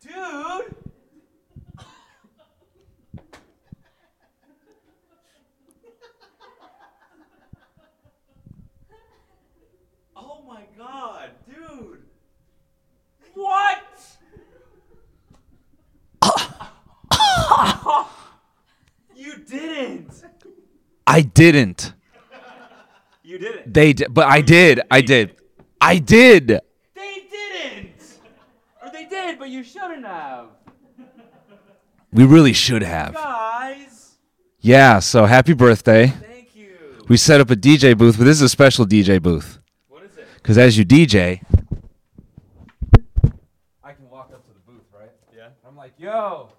Dude! oh my god, dude! What? you didn't! I didn't. You didn't. They did, but I did. I did. I did. They didn't! Or they did, but you shouldn't have. We really should have. Guys, Yeah. So happy birthday. thank you. We set up a DJ booth, but this is a special DJ booth What is it? because as you DJ, I can walk up to the booth, right? Yeah. I'm like, yo,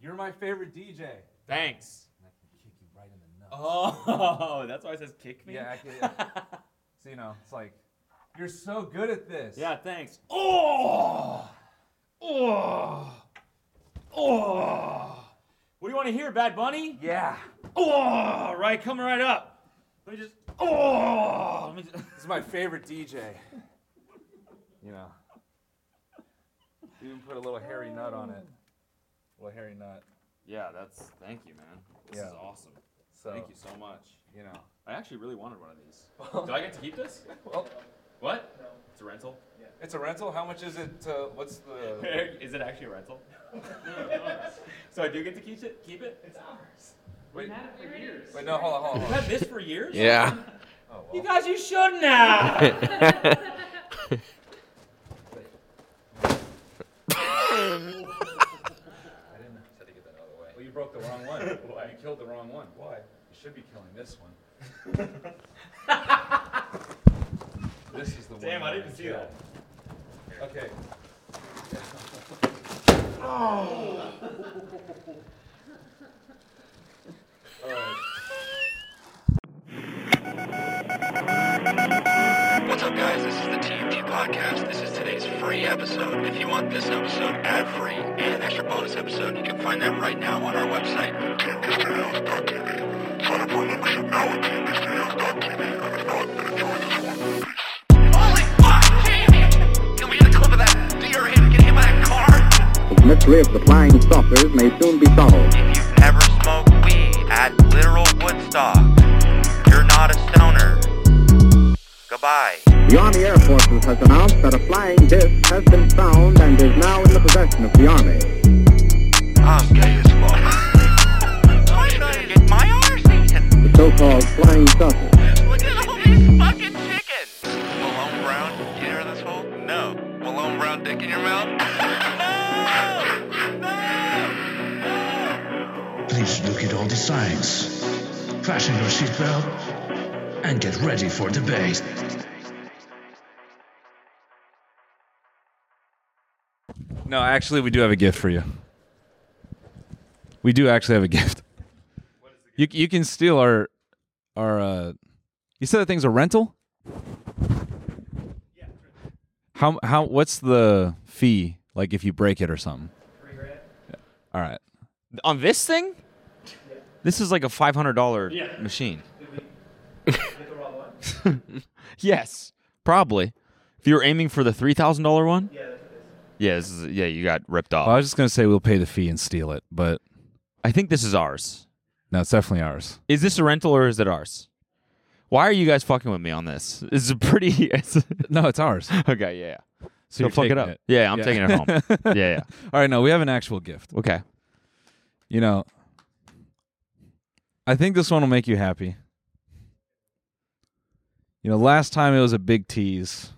you're my favorite DJ. And Thanks. I can kick you right in the nuts. Oh, that's why it says kick me. Yeah, I can- So, you know, it's like, you're so good at this. yeah, thanks. Oh, oh, oh. What do you want to hear, Bad Bunny? Yeah. Oh, right, coming right up. Let me just. Oh, let me just. This is my favorite DJ. You know. You even put a little hairy nut on it. Little hairy nut. Yeah, that's. Thank you, man. This is Yeah. awesome. So, Thank you so much. you know. I actually really wanted one of these. Do I get to keep this? Well, What? It's a rental. it's a rental. How much is it? To, what's the. Is it actually a rental? so I do get to keep it. Keep it. It's ours. Wait, wait, no, hold on, hold on. Hold You've on. had this for years? Oh, yeah. You guys, you shouldn't have. I didn't I had to get that out of the way. Well, you broke the wrong one. You killed the wrong one. Why? You should be killing this one. this is the one. Damn, I that didn't see killed. that. Okay. What's up, guys? This is the TMT Podcast. This is today's free episode. If you want this episode ad free and an extra bonus episode, you can find that right now on our website, tmtstudios.tv. Sign up for a membership now at tmtstudios.tv. And if not, then enjoy this one. Holy fuck, Jamie! Can we get a clip of that deer him get hit by a car? The mystery of the flying saucers may soon be solved. If you ever smoke weed at literal Woodstock, you're not a stoner. Goodbye. The Army Air Forces has announced that a flying disc has been found and is now in the possession of the Army. I'm gay as fuck. I'm gonna get my arse eaten. The so-called flying saucer. Look at all these fucking chickens. Malone Brown, you hear this hole? No. Malone Brown dick in your mouth? no! No! Please look at all the signs. Fasten your seatbelt and get ready for debate. No, actually, we do have a gift for you. We do actually have a gift. You you can steal our our. Uh, you said that thing's a rental. How how what's the fee like if you break it or something? Yeah. All right. on this thing? This is like a five hundred dollar machine. yes, probably. If you were aiming for the three thousand dollar one, yeah, yeah, this is, yeah, you got ripped off. Well, I was just gonna say we'll pay the fee and steal it, but I think this is ours. no, it's definitely ours. Is this a rental or is it ours? Why are you guys fucking with me on this? This is a pretty. It's, No, it's ours. So okay, yeah, yeah. you're Don't fuck it taking up. Yeah, I'm Yeah. taking it home. yeah, yeah. All right. No, we have an actual gift. Okay. You know, I think this one will make you happy. You know, last time it was a big tease.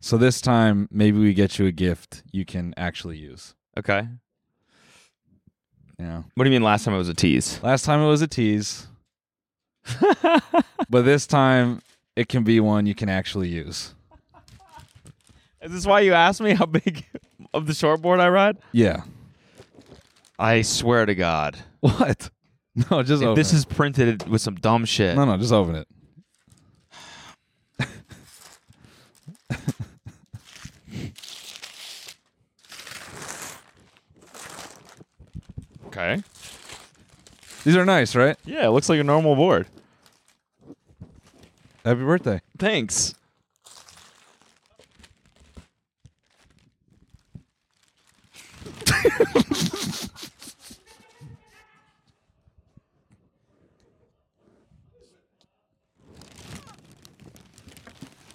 So this time, maybe we get you a gift you can actually use. Okay. You know, What do you mean? Last time it was a tease. last time it was a tease, but this time it can be one you can actually use. Is this why you asked me how big of the shortboard I ride? Yeah. I swear to God, What? No, just open if this it. is printed with some dumb shit. no, no, just open it. Okay. These are nice, right? Yeah, it looks like a normal board. Happy birthday. Thanks.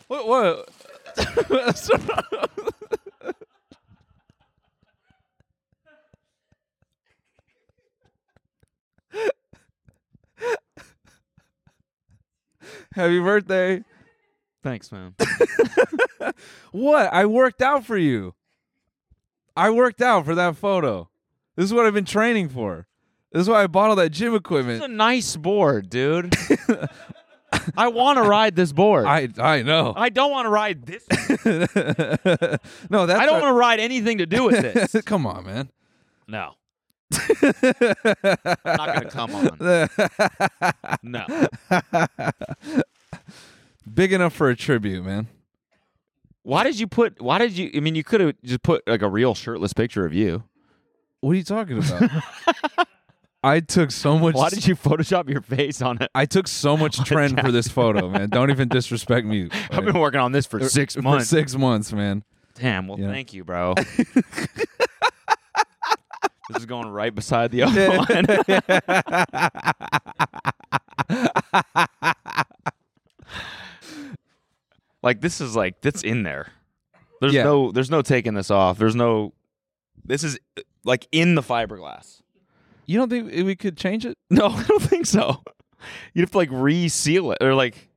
What? What? Happy birthday. Thanks, man. What? I worked out for you. I worked out for that photo. This is what I've been training for. This is why I bought all that gym It's a equipment. nice board, dude. I want to ride this board. I, I I know. don't want to ride this. no, that's I don't want our- to ride anything to do with this. Come on, man. No. Not gonna come on. No. Big enough for a tribute, man. Why did you put? Why did you? I mean, you could have just put like a real shirtless picture of you. What are you talking about? I took so much Why did you Photoshop your face on it? I took so much trend for this photo, man. Don't even disrespect me. I've been working on this Er, for six For months. six months, man. Damn. Well, Yeah. thank you, bro. this is going right beside the other one. like this is like that's in there. There's Yeah. no there's no taking this off. There's no this is uh, like in the fiberglass. You don't think we could change it? No, I don't think so. You'd have to like reseal it or like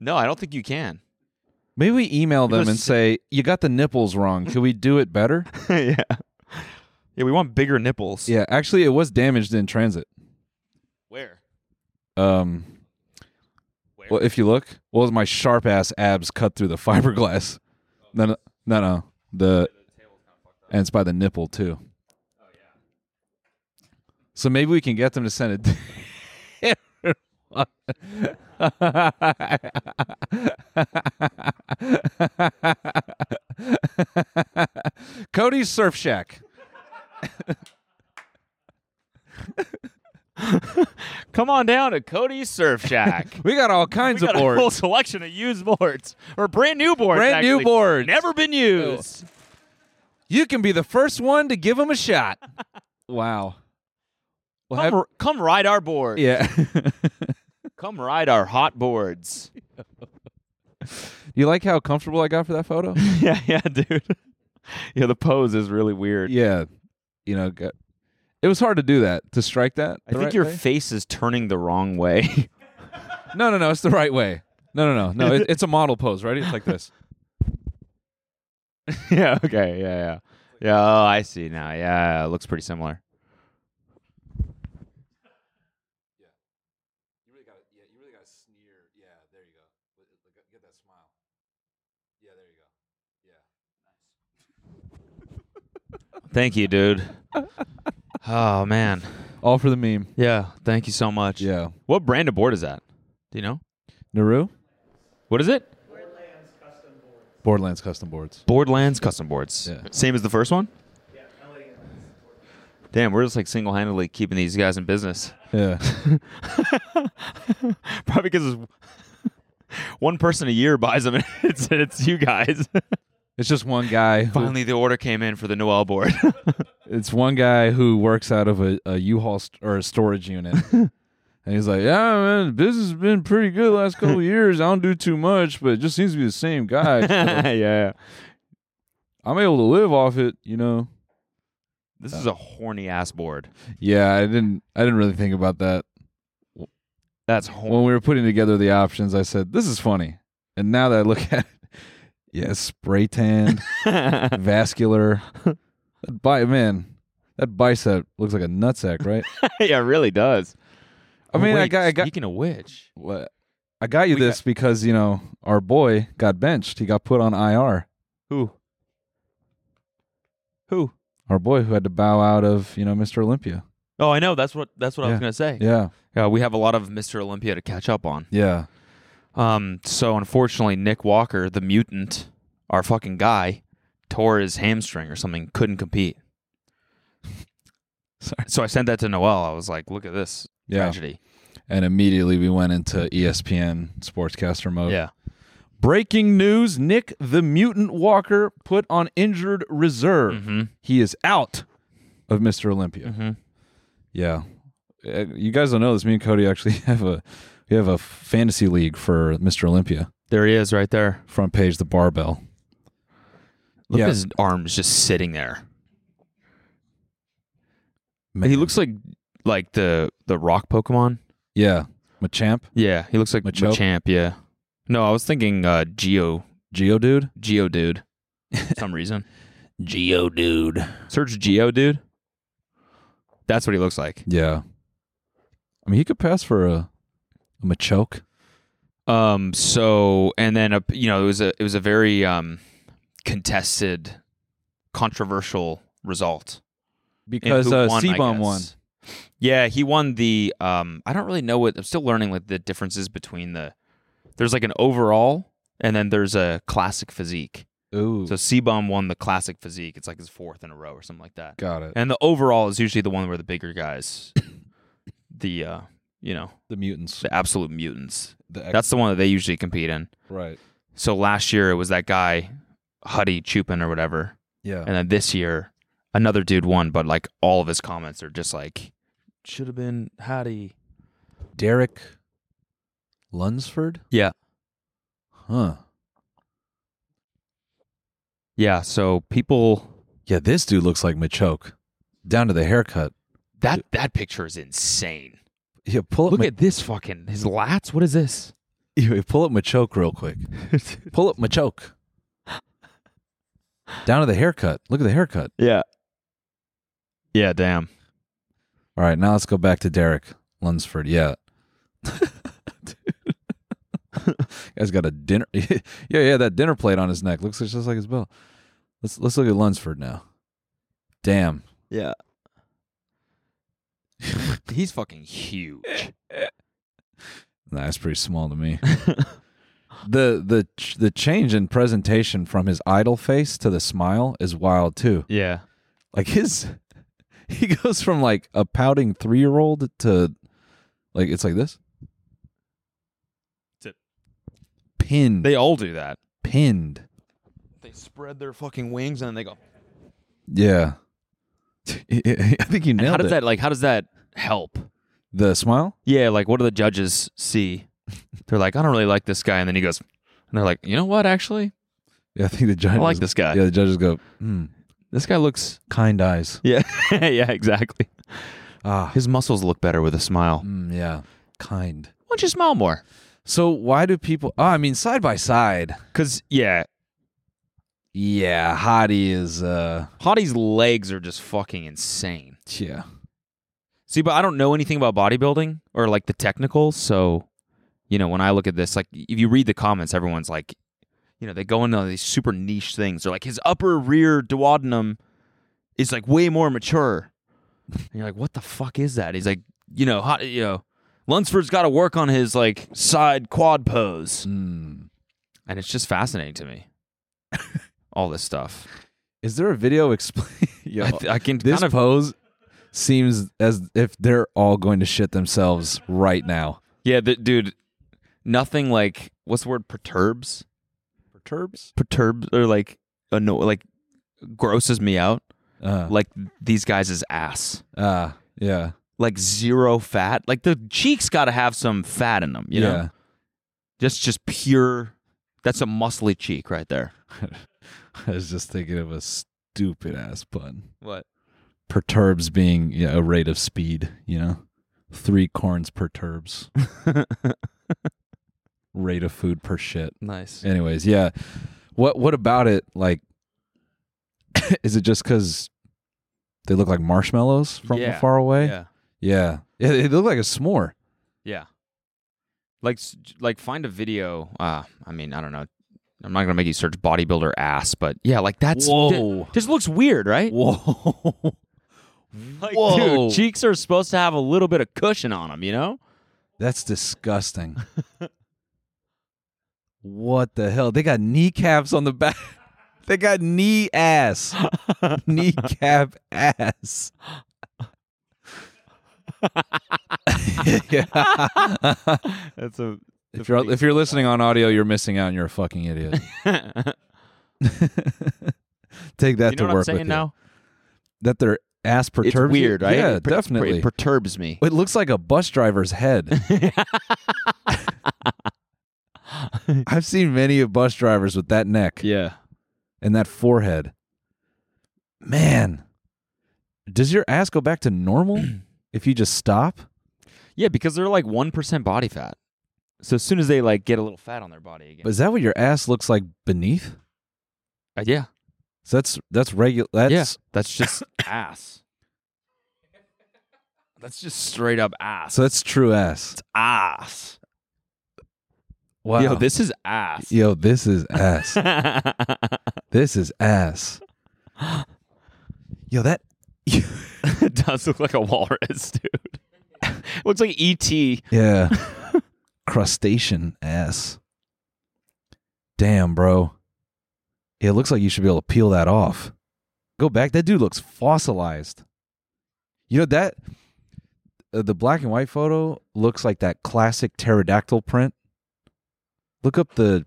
No, I don't think you can. Maybe we email them was and si- say, You got the nipples wrong. Could we do it better? yeah. Yeah, we want bigger nipples. yeah, actually it was damaged in transit. Where? Um Where? well if you look, well my sharp ass abs cut through the fiberglass. No no no no. The and it's by the nipple too. So maybe we can get them to send it. Cody's Surf Shack. Come on down to Cody's Surf Shack. We got all kinds we got of a whole boards. selection of used boards or brand new boards. Brand new actually. boards. never been used. You can be the first one to give them a shot. wow. Well, Come, have- r- come ride our board. yeah. Come ride our hot boards. you like how comfortable I got for that photo? yeah, yeah, dude. Yeah, the pose is really weird. yeah. You know, got, it was hard to do that to strike that. the I think right your way. face is turning the wrong way. No, no, no. It's the right way. No, no, no, no. It, it's a model pose, right? It's like this. yeah. Okay. Yeah. Yeah. Yeah. Oh, I see now. Yeah, it looks pretty similar. Thank you, dude. Oh man. All for the meme. Yeah. Thank you so much. Yeah. What brand of board is that? Do you know? Naru? What is it? Borderlands custom boards. Boardlands custom boards. Yeah. Same as the first one? Damn, we're just like single handedly keeping these guys in business. Yeah. Probably because one person a year buys them and it's, it's you guys. it's just one guy. Who, Finally, the order came in for the Noel board. it's one guy who works out of a, a U-Haul st- or a storage unit. and he's like, yeah, man, the business has been pretty good the last couple of years. I don't do too much, but it just seems to be the same guy. so yeah. I'm able to live off it, you know. This is a horny ass board. Yeah, I didn't I didn't really think about that. That's horny. When we were putting together the options, I said, this is funny. And now that I look at it, yeah, spray tan. vascular. that bi- man, that bicep looks like a nutsack, right? yeah, it really does. I mean, I Wait, got- I got- Speaking of which, What? I got you We this because you know our boy got benched. He got put on IR. who? Who? Our boy who had to bow out of you know Mr. Olympia. Oh, I know. That's what. That's what I Yeah. was gonna say. Yeah, Yeah, we have a lot of Mr. Olympia to catch up on. yeah, Um, so unfortunately, Nick Walker, the mutant, our fucking guy, tore his hamstring or something, couldn't compete. Sorry. So I sent that to Noel. I was like, "Look at this yeah. tragedy." And immediately we went into E ESPN sportscaster mode. Yeah, Breaking news: Nick the Mutant Walker put on injured reserve. Mhm. He is out of Mr. Olympia. Mhm. Yeah, Uh, you guys don't know this. Me and Cody actually have a we have a fantasy league for Mr. Olympia. There he is, right there. Front page, the barbell. Look Yeah. at his arms just sitting there. Man. He looks like like the the rock Pokemon. Yeah, Machamp, Yeah, he looks like Machoke? Machamp. Yeah. No, I was thinking uh, Geo Geodude. Geo dude. For some reason, Geodude. search Geo dude. That's what he looks like. Yeah, I mean he could pass for a, a Machoke. Um. So and then a, you know it was a it was a very um contested, controversial result And because who uh, won, I Seabum guess. won. Yeah, he won the. Um, I don't really know what. I'm still learning like the differences between the. There's like an overall, and then there's a classic physique. Ooh, So Seabum won the classic physique. It's like his fourth in a row or something like that. got it. And the overall is usually the one where the bigger guys, the uh, you know, the mutants. the absolute mutants. The X- That's the one that they usually compete in. right. So last year it was that guy, Huddy Chupin or whatever, Yeah. and then this year another dude won, but like all of his comments are just like should have been Huddy. Derek Lunsford. Yeah. Huh. Yeah, so people Yeah, this dude looks like Machoke, down to the haircut. that that picture is insane. Yeah, pull up. Look Ma- at this fucking his lats. What is this? yeah, pull up Machoke real quick. pull up Machoke. Down to the haircut. Look at the haircut. Yeah. Yeah, damn. All right, now let's go back to Derek Lunsford. Yeah. Guy's got a dinner. yeah, yeah, that dinner plate on his neck looks just like his belt. Let's let's look at Lunsford now. Damn. Yeah. He's fucking huge. Nah, that's pretty small to me. the the ch- the change in presentation from his idle face to the smile is wild too. Yeah. Like his, he goes from like a pouting three year old to, like it's like this. That's it. Pinned, They all do that. pinned. They spread their fucking wings and then they go. Yeah, I think you nailed how does it. that like how does that help? the smile. Yeah, like what do the judges see? They're like, I don't really like this guy, and then he goes, and they're like, you know what? Actually, Yeah, I think the judges. like this guy. Yeah, the judges go. Hmm, this guy looks. kind eyes. Yeah, yeah, exactly. Ah, His muscles look better with a smile. Why mm, yeah, kind. don't you smile more? So why do people? Oh, I mean, side by side. Cause yeah, Yeah, Hottie is uh Hottie's legs are just fucking insane. yeah. See, but I don't know anything about bodybuilding or like the technicals, so you know when I look at this, like if you read the comments, everyone's like, you know, they go into these super niche things. They're like, his upper rear duodenum is like way more mature, and you're like, what the fuck is that? He's like, you know, hot, you know, Lunsford's got to work on his like side quad pose, Mm. and it's just fascinating to me. All this stuff, Is there a video explain? Yo, I, th- I can this kind of pose seems as if they're all going to shit themselves right now. Yeah, th- dude, nothing like what's the word perturbs? Perturbs. Perturbs or like anno- like grosses me out. Uh, Like these guys' ass. uh yeah. Like zero fat. Like the cheeks got to have some fat in them, you yeah. know. Just just pure that's a muscly cheek right there. I was just thinking of a stupid ass pun. What? Perturbs being yeah, a rate of speed, you know. Three corns per turbs. rate of food per shit. Nice. Anyways, yeah. What what about it like is it just cuz they look like marshmallows from Yeah. far away? Yeah. Yeah. Yeah, they look like a s'more. Yeah. Like s- j- like find a video. Uh, I mean, I don't know. I'm not going to make you search bodybuilder ass, but yeah, like that's Whoa. that just looks weird, right? Whoa. Like, Whoa. dude, cheeks are supposed to have a little bit of cushion on them, you know? That's disgusting. what the hell? They got kneecaps on the back. They got knee ass. Kneecap ass. yeah. That's a. If you're if you're listening on audio, you're missing out and you're a fucking idiot. you know Take that what to work I'm saying with you. now? That their ass It's perturbs you? weird, right? Yeah, It per- definitely. It perturbs me. it looks like a bus driver's head. I've seen many of bus drivers with that neck Yeah. and that forehead. Man, does your ass go back to normal if you just stop? Yeah, because they're like 1% body fat. So as soon as they like get a little fat on their body again. But is that what your ass looks like beneath? Uh, yeah. So that's that's regular. That's yeah. That's just ass. That's just straight up ass. so that's true ass. ass. Wow. Yo, this is ass. Yo, this is ass. it this is ass. Yo, that does look like a walrus, dude. It looks like E ET. yeah, crustacean ass. Damn, bro. It looks like you should be able to peel that off. Go back. That dude looks fossilized. You know that uh, the black and white photo looks like that classic pterodactyl print. Look up the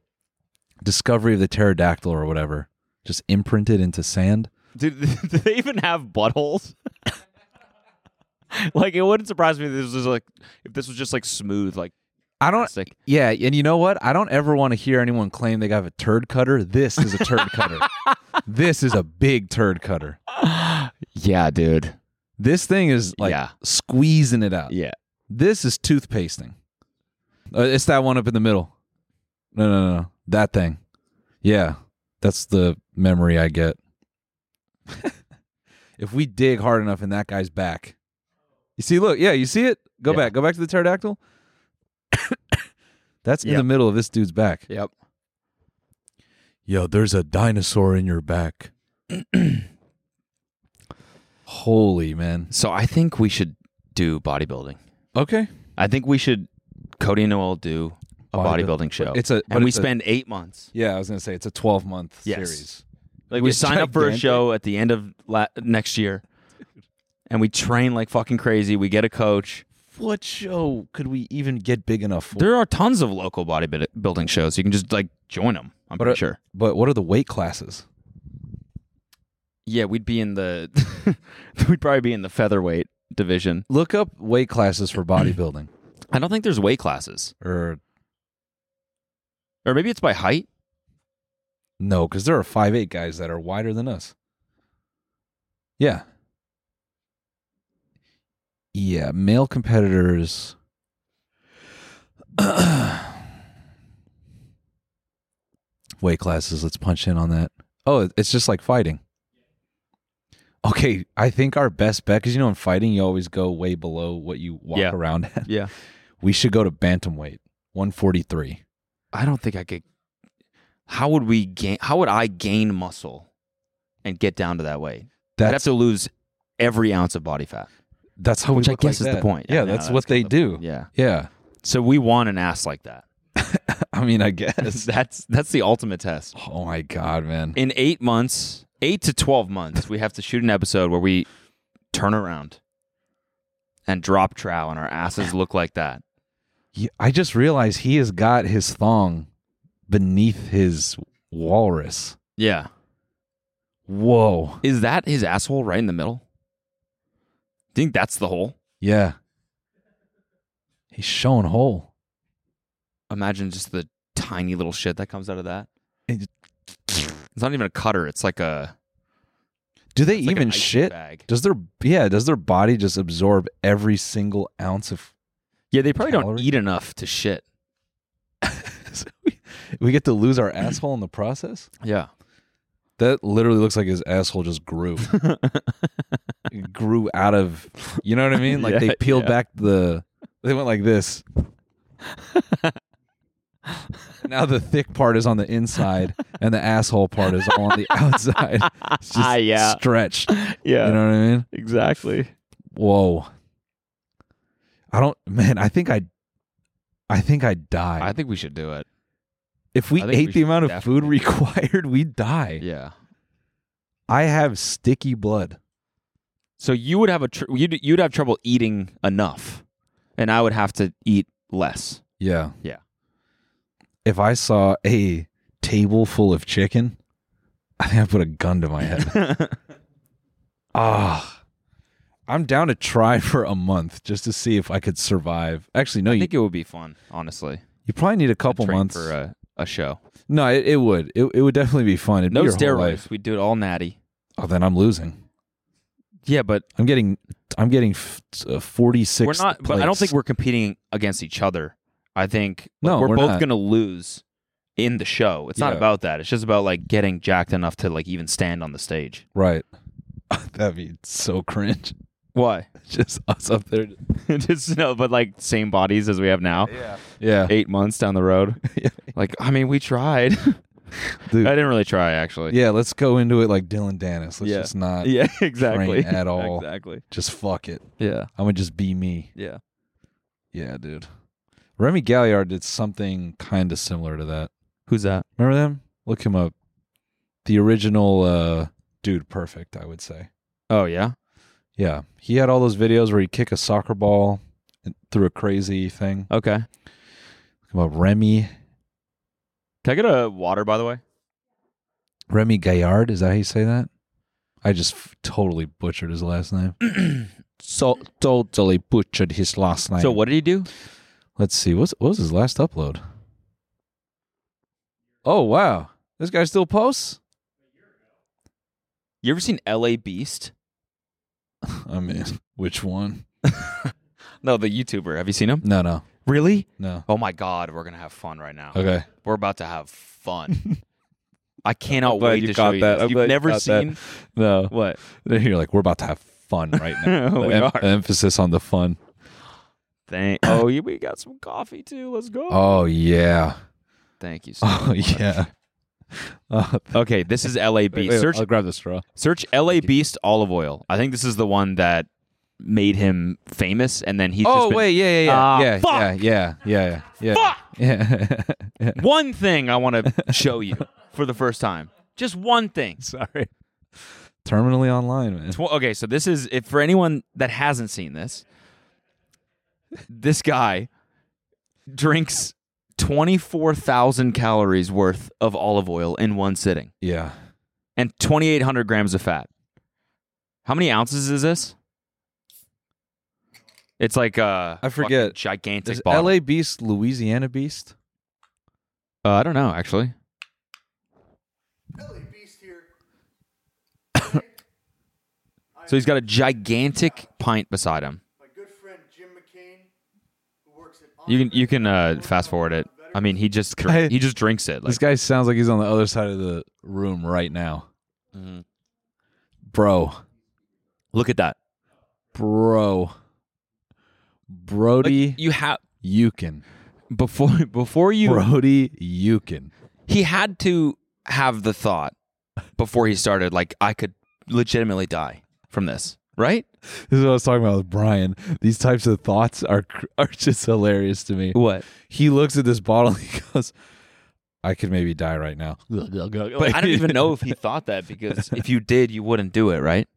discovery of the pterodactyl or whatever, just imprinted into sand. Dude, do they even have buttholes? like it wouldn't surprise me if this was like if this was just like smooth, like I don't. plastic. Yeah, and you know what? I don't ever want to hear anyone claim they have a turd cutter. This is a turd cutter. This is a big turd cutter. Yeah, dude. This thing is like Yeah. squeezing it out. Yeah. This is toothpasting. Uh, it's that one up in the middle. No, no, no, no. That thing. Yeah, that's the memory I get. if we dig hard enough in that guy's back, you see, look, yeah, you see it? Go Yeah. back. Go back to the pterodactyl. that's in Yep. the middle of this dude's back. Yep. Yo, there's a dinosaur in your back. Holy man. So I think we should do bodybuilding. Okay. I think we should Cody and Noel do a Bodybuilding. bodybuilding show. It's a but and we it's a- spend eight months. Yeah, I was gonna say it's a twelve month Yes. series. Like we It's sign up for a gigantic. show at the end of la- next year, and we train like fucking crazy. We get a coach. What show could we even get big enough for? There are tons of local bodybuilding shows. You can just like join them. I'm But uh, pretty are- sure. But what are the weight classes? Yeah, we'd be in the we'd probably be in the featherweight division. Look up weight classes for bodybuilding. I don't think there's weight classes. or Or maybe it's by height. no, because there are five eight guys that are wider than us. Yeah. Yeah, male competitors. weight classes. Let's punch in on that. Oh, it's just like fighting. Okay, I think our best bet because you know in fighting you always go way below what you walk Yeah. around at. Yeah. We should go to bantamweight, one forty three. I don't think I could How would we gain how would I gain muscle and get down to that weight? I'd have That's Oh, to lose every ounce of body fat. that's how we Which I look like guess is the that. point. Yeah, I know, that's, that's what they the- do. Yeah. Yeah, So we want an ass like that. I mean, I guess. That's that's the ultimate test. oh my god, man! In 8 months, 8 to 12 months, we have to shoot an episode where we turn around and drop trow and our asses look like that. Yeah, I just realized he has got his thong beneath his walrus. Yeah. Whoa! Is that his asshole right in the middle? Think that's the hole? Yeah, he's showing hole. Imagine just the tiny little shit that comes out of that. It It's not even a cutter. It's like a Do they it's like an even ice shit? bag. Does their yeah? Does their body just absorb every single ounce of? Yeah, they probably don't Calorie? eat enough to shit. We get to lose our asshole in the process. Yeah, That literally looks like his asshole just grew. It grew out of you know what I mean? Like Yeah, they peeled yeah. back the they went like this. now the thick part is on the inside and the asshole part is all on the outside. It's just Ah, yeah. stretched. yeah, You know what I mean? exactly. Whoa. I don't man, I think I I think I'd die. I think we should do it. if we I think we ate the should amount of food required, we'd die. Yeah. I have sticky blood. So you would have a tr- you'd you'd have trouble eating enough, and I would have to eat less. Yeah. Yeah. If I saw a table full of chicken, I think I put a gun to my head. Ah. I'm down to try for a month just to see if I could survive. Actually, no, I you, think it would be fun, honestly. you probably need a couple Train months. for uh, a, a show. no, it, it would. It, it would definitely be fun. It'd No be your whole steroids. life. We do it all natty. Oh, then I'm losing. Yeah, but I'm getting. I'm getting f- uh, 46. we're not. But I don't think we're competing against each other. I think like, No, we're, we're both not. gonna lose in the show. It's not Yeah. about that. It's just about like getting jacked enough to like even stand on the stage. right. That'd be so cringe. Why? Just us up there. just no, but like same bodies as we have now. Yeah. Yeah, Eight months down the road. like I mean, we tried. dude. I didn't really try actually. Yeah, let's go into it like Dylan Dennis. Let's Yeah. just not Yeah, exactly. train at all. Exactly. just fuck it. Yeah. I'm gonna just be me. Yeah. Yeah, dude. Remy Galliard did something kind of similar to that. Who's that? Remember them? Look him up. The original uh dude perfect, I would say. Oh yeah. Yeah. He had all those videos where he'd kick a soccer ball and- through a crazy thing. Okay. Look him up. Remy Can I get a water, by the way? Remy Gaillard, is that how you say that? I just f- totally butchered his last name. so totally butchered his last name. So what did he do? Let's see. What's, what was his last upload? Oh, wow. This guy still posts? You ever seen L.A. Beast? I mean, which one? No, the YouTuber. Have you seen him? No, no, Really? no. Oh my God, we're gonna have fun right now. Okay. We're about to have fun. I cannot glad wait you to got show you that. this. I'm You've glad you never got that. seen No. what? Then you're like, we're about to have fun right now. We The em- are. Emphasis on the fun. Thank. Oh, yeah, we got some coffee too. Let's go. Oh, yeah. Thank you. So Oh, much. yeah. Uh, Okay, this is L.A. Beast. Search I'll grab the straw. Search LA Beast olive oil. I think this is the one that made him famous, and then he's just Oh, been- wait. Yeah, yeah, Ah, yeah. yeah, fuck. yeah, yeah, yeah, yeah. Yeah. Yeah. One thing I want to show you for the first time. Just one thing. Sorry. Terminally online, man. Tw- okay, so this is if for anyone that hasn't seen this, this guy drinks twenty four thousand calories worth of olive oil in one sitting Yeah. and twenty eight hundred grams of fat. How many ounces is this? It's like uh, I forget. gigantic Is bottle. LA Beast Louisiana Beast? Uh, I don't know, actually. so he's got a gigantic pint beside him. My good friend Jim McCain, who works at You can you can uh, fast forward it. I mean, he just dr- I- he just drinks it. Like, this guy sounds like he's on the other side of the room right now. Bro. look at that. Bro. Like, Brody you have Eukin. before before you Brody Eukin. he had to have the thought before he started like I could legitimately die from this, right? This is what I was talking about with Brian. These types of thoughts are cr- are just hilarious to me. What? He looks at this bottle and he goes, I could maybe die right now. But I don't even know if he thought that because if you did, you wouldn't do it, right?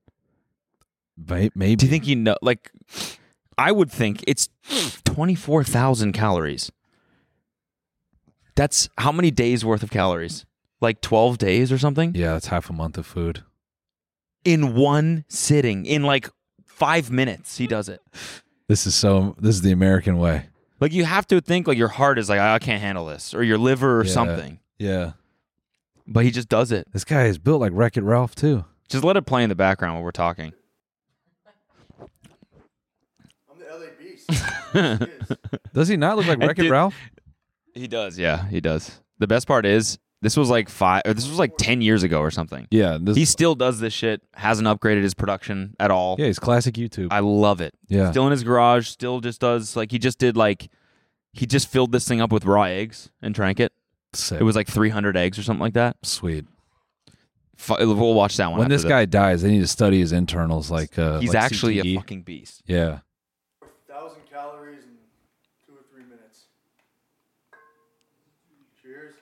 May- Maybe. Do you think you know? Like, I would think it's twenty four thousand calories. That's how many days worth of calories? Like twelve days or something yeah, that's half a month of food. in one sitting in like five minutes. He does it. This is so this is the American way. Like you have to think like your heart is like I can't handle this or your liver or Yeah. something. Yeah. But he just does it. This guy is built like Wreck It Ralph too. Just let it play in the background while we're talking. I'm the LA Beast. Does he not look like I Wreck It did- Ralph? He does. Yeah, he does. The best part is this was like five. Or this was like ten years ago or something. Yeah, this, He still does this shit. Hasn't upgraded his production at all. yeah, he's classic YouTube. I love it. yeah, Still in his garage. Still just does like he just did like he just filled this thing up with raw eggs and drank it. Sick. It was like 300 eggs or something like that. sweet. F- we'll watch that one. When after this guy dies, they need to study his internals. Like uh, he's like actually CTE. a fucking beast. yeah. Thousand calories in two or three minutes. Cheers.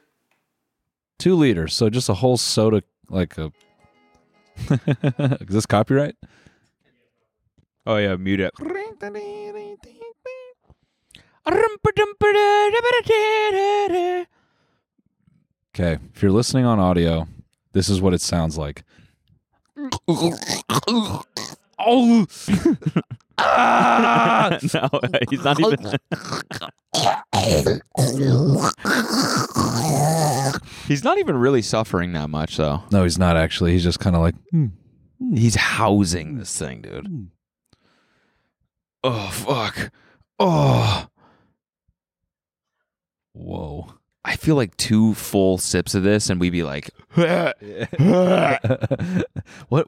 Two liters, so just a whole soda, like a. is this copyright? Oh yeah, mute it. Okay, if you're listening on audio, this is what it sounds like. Oh, no, he's not even. he's not even really suffering that much, though. no, he's not actually. He's just kind of like, hmm. He's housing this thing, dude. Oh fuck! Oh, whoa. I feel like two full sips of this, and we'd be like, what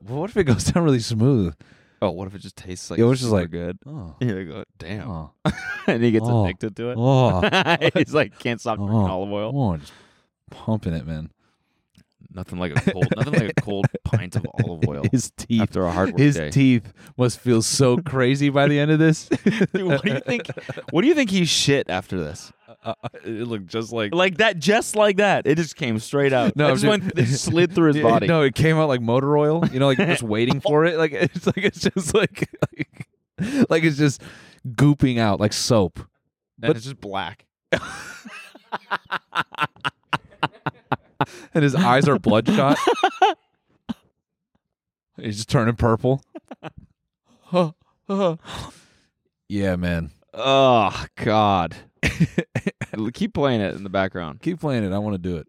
what if it goes down really smooth? "Oh, what if it just tastes like?" It was just super like- good. Oh, Yeah, I go, damn. oh, and he gets Oh. addicted to it. oh, He's like, can't stop drinking Oh. olive oil. oh, just pumping it, man. Nothing like a cold, nothing like a cold pint of olive oil His teeth. after a hard work his day. teeth must feel so crazy by the end of this. Dude, what do you think? What do you think he shit after this? it looked just like Like that, just like that. It just came straight out. No, it just dude. went, it slid through his Yeah, body. No, it came out like motor oil. You know, like just waiting for it. Like it's like it's just like like, like it's just gooping out like soap. but it's just black. And his eyes are bloodshot. He's just turning purple. yeah, man. Oh God! Keep playing it in the background. Keep playing it. I want to do it.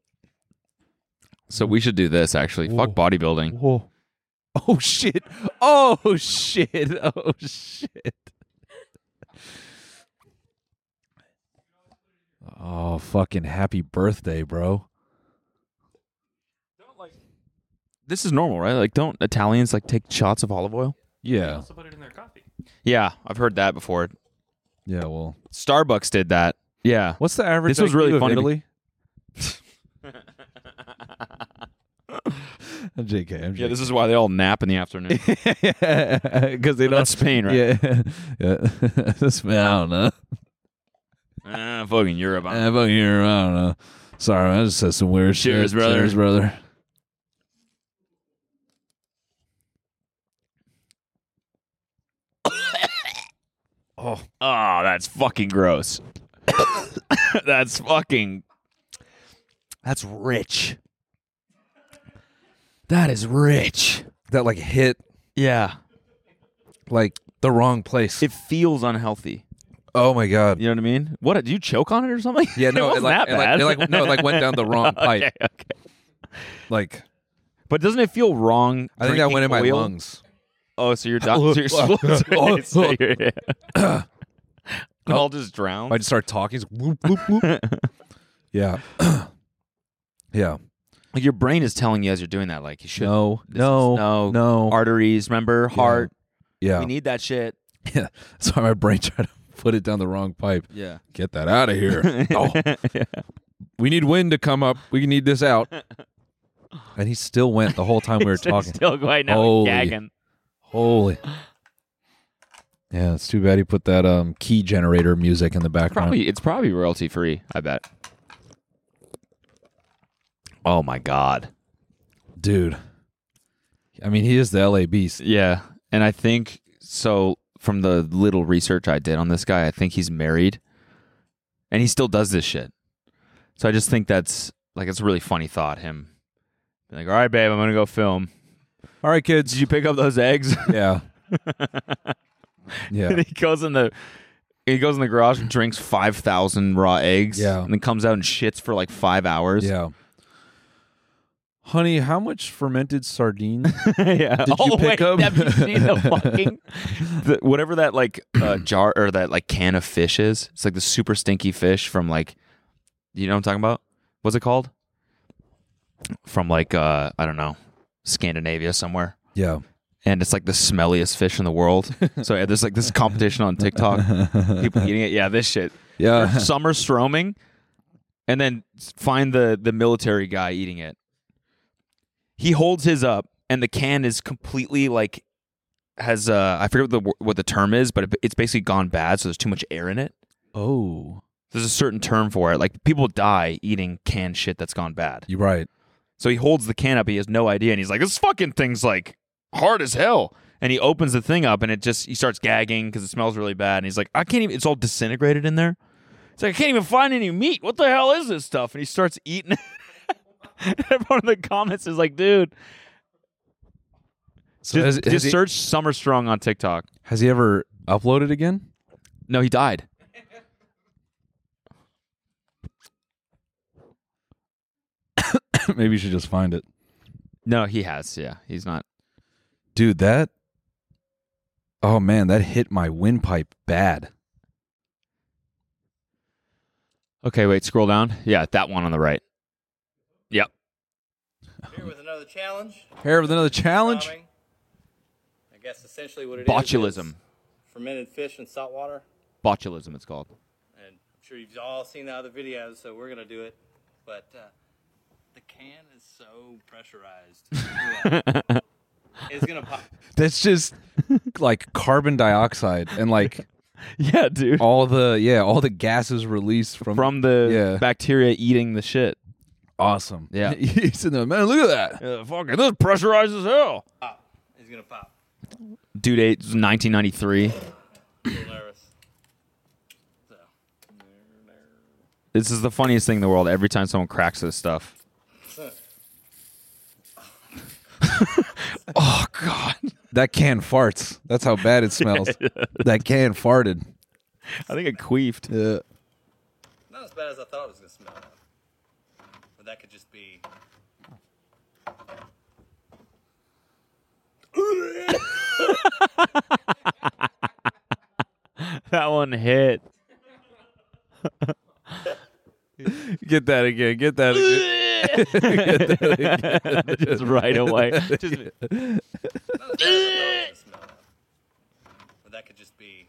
So we should do this actually. Fuck bodybuilding. Whoa. Oh shit. Oh shit. Oh shit. Oh fucking happy birthday, bro. This is normal, right? Like, don't Italians like take shots of olive oil? Yeah. Also put it in their coffee. Yeah, I've heard that before. Yeah, well. Starbucks did that. Yeah. What's the average This was IQ really of funny be- Italy? I'm JK. I'm Yeah, JK. this is why they all nap in the afternoon. Because they don't. That's Spain, right? Yeah. yeah. That's, I don't know. Ah, fucking Europe. I don't hear- I don't know. Sorry, I just said some weird Cheers, shit. brother. Cheers, brother. Oh, that's fucking gross. that's fucking. That's rich. That is rich. That like hit Yeah. like the wrong place. It feels unhealthy. oh my god. You know what I mean? What did you choke on it or something? Yeah, no, it it wasn't like, that it like, bad. it like no, it like went down the wrong pipe. okay, okay. Like But doesn't it feel wrong? I think that drinking went in my Oh, oil? lungs. Oh, so you're done. so you're swallowing- so you're- yeah. We all just drown. I just start talking. It's whoop, whoop, whoop. yeah, yeah. Like your brain is telling you as you're doing that, like you should. No, this is- no, no, no. Arteries, remember heart. yeah, We need that shit. yeah. That's why my brain tried to put it down the wrong pipe. Yeah. Get that out of here. oh, we need wind to come up. We need this out. And he still went the whole time we were talking. Still right now Holy. gagging. Holy. Yeah, it's too bad he put that um, key generator music in the background. Probably it's probably royalty free. I bet. Oh my god. Dude. I mean, he is the LA beast. Yeah, and I think so. From the little research I did on this guy, I think he's married, and he still does this shit. So I just think that's like it's a really funny thought. Him being like, "All right, babe, I'm gonna go film. All right, Did kids. you pick up those eggs?" Yeah. and yeah. he goes in the he goes in the garage and drinks five thousand raw eggs. Yeah. and then comes out and shits for like five hours. Yeah. Honey, how much fermented sardine? yeah. Did you pick up- have you seen the fucking the, whatever that like uh, jar or that like can of fish is? It's like the super stinky fish from like you know what I'm talking about? What's it called? From like uh I don't know, Scandinavia somewhere. yeah. And it's like the smelliest fish in the world. So yeah, there's like this competition on TikTok. People eating it. Yeah, this shit. Yeah. Summer stroming. And then find the the military guy eating it. He holds his up, and the can is completely like has uh I forget what the wo- what the term is, but it, it's basically gone bad. So there's too much air in it. Oh. There's a certain term for it. Like people die eating canned shit that's gone bad. You're right. So he holds the can up. He has no idea, and he's like, "This fucking thing's like hard as hell." And he opens the thing up, and it just he starts gagging because it smells really bad. And he's like, "I can't even." It's all disintegrated in there. It's like I can't even find any meat. What the hell is this stuff? And he starts eating. it. Everyone in the comments is like, "Dude, So Just, has, has just he, search Summer Strong on TikTok. has he ever uploaded again? No, he died. Maybe you should just find it, No, he has. Yeah, he's not. dude. That. Oh man, that hit my windpipe bad. Okay, wait. Scroll down. Yeah, that one on the right. Yep. Here with another challenge. Here with another challenge. Bombing. I guess essentially what it is Botulism. is fermented fish in salt water, Botulism. It's called. and I'm sure you've all seen the other videos, so we're gonna do it. But uh, the can is so pressurized, Yeah. it's gonna pop. That's just like carbon dioxide and like Yeah, dude. all the yeah all the gases released from From the Um, Yeah. bacteria eating the shit. awesome. Yeah. He's in there, man. Look at that. Yeah, fuck it. This pressurized as hell. It's gonna pop. Due date is 1993. A little nervous. So This is the funniest thing in the world. Every time someone cracks this stuff. oh God! That can farts. That's how bad it smells. that can farted. I think it queefed. Yeah. not as bad as I thought it was gonna smell. But that could just be. That one hit. Get that again. Get that again. Just right away. Just Not as bad as I thought it was gonna smell. But that could just be.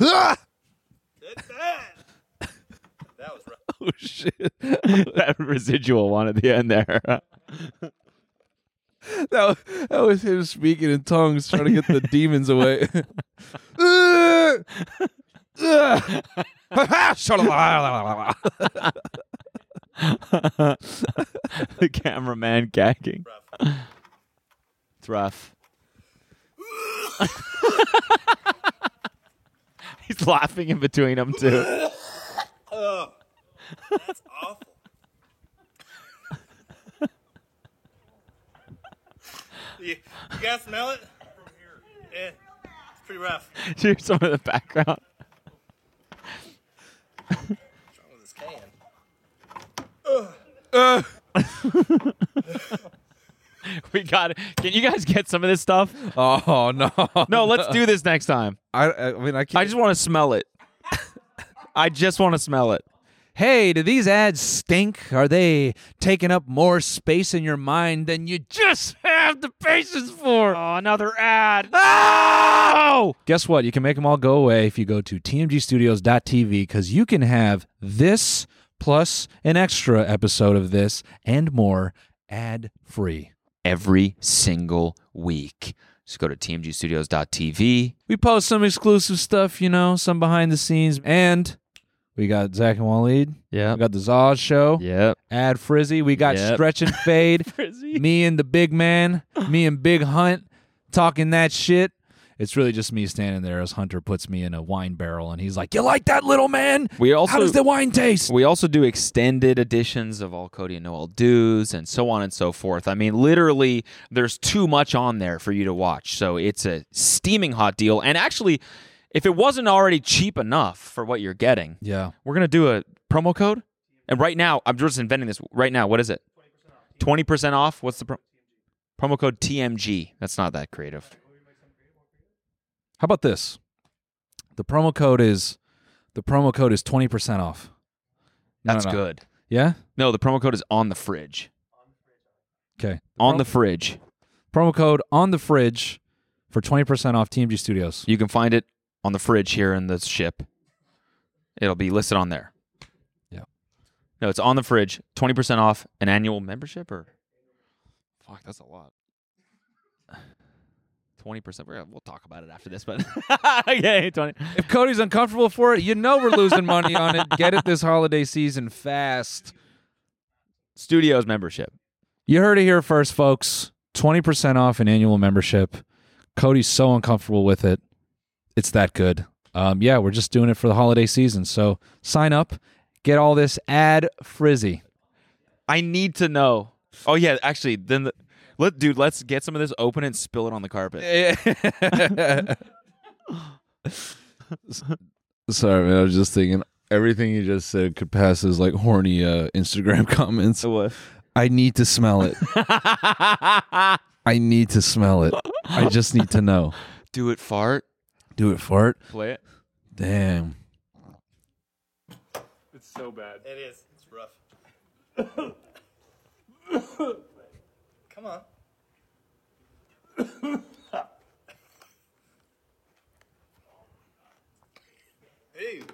Ah! That was rough. Oh shit. that residual one at the end there. That was, that was him speaking in tongues, trying to get the demons away. Ah! Ah! Ha-ha! the cameraman gagging. It's rough. He's laughing in between them too. That's awful. you, you guys smell it? Yeah, it's pretty rough. What's Hear some of the background. wrong with this can? We got it. Can you guys get some of this stuff? oh no. No, let's do this next time. I, I mean, I can't. I just want to smell it. I just want to smell it. hey, do these ads stink? Are they taking up more space in your mind than you just have the patience for? Ah! Oh, another ad. No! Guess what? You can make them all go away if you go to tmgstudios.tv because you can have this plus an extra episode of this and more ad free. Every single week. Just go to tmgstudios.tv. We post some exclusive stuff, you know, some behind the scenes, and we got Zach and Waleed. Yeah. We got the Zaw Show. Yep. Ad Frizzy. We got Yep. Stretch and Fade. me and the big man, me and Big Hunt talking that shit. It's really just me standing there as Hunter puts me in a wine barrel and he's like, You like that little man? We also- How does the wine taste? We also do extended editions of All Cody and Noel Do's and so on and so forth. I mean, literally, there's too much on there for you to watch. So it's a steaming hot deal. And actually, if it wasn't already cheap enough for what you're getting, Yeah. we're gonna do a promo code. And right now, I'm just inventing this right now. What is it? Twenty percent off. What's the pro- promo code? TMG. That's not that creative. How about this? The promo code is the promo code is twenty percent off. No, That's no, no. good. Yeah? No, the promo code is on the fridge. Okay. On the fridge. Promo code on the fridge for twenty percent off TMG Studios. You can find it on the fridge here in the ship. It'll be listed on there. Yeah. No, it's on the fridge. Twenty percent off an annual membership or. Fuck, that's a lot. Twenty percent. We'll talk about it after this, but okay, twenty. If Cody's uncomfortable for it, you know we're losing money on it. Get it this holiday season fast. Studios membership. You heard it here first, folks. 20% off an annual membership. Cody's so uncomfortable with it. It's that good. um, yeah, we're just doing it for the holiday season. So sign up, get all this ad frizzy. I need to know. Oh yeah, actually, then the, let dude, let's get some of this, open it, and spill it on the carpet. Sorry, man. I was just thinking everything you just said could pass as like horny uh, Instagram comments. I need to smell it. I need to smell it. I just need to know. Do it, fart. Do it fart? Play it. Damn. It's so bad. It is. It's rough. Come on. Ew.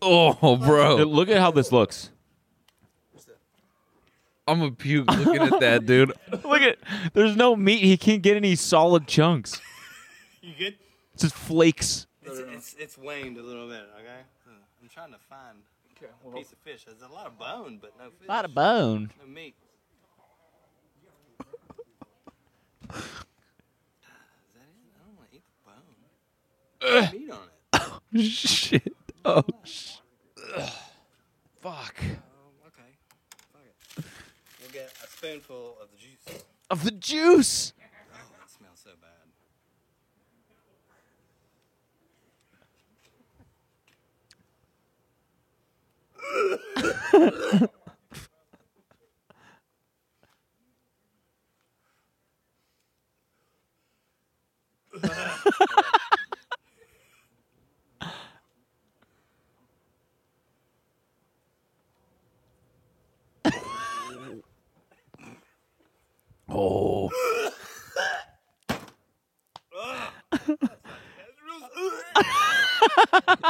Oh, bro. Look at how this looks. I'm a puke looking at that, dude. Look at. There's no meat. He can't get any solid chunks. You good? It's just flakes. It's, it's, it's waned a little bit, okay? I'm trying to find a piece of fish. There's a lot of bone, but no fish. A lot of bone. no meat. is that it? I don't want to eat the bone. There's meat on it. Shit. Oh, Fuck. Um, okay. Fuck it. We'll get a spoonful of the juice. Of the juice. Oh, it smells so bad.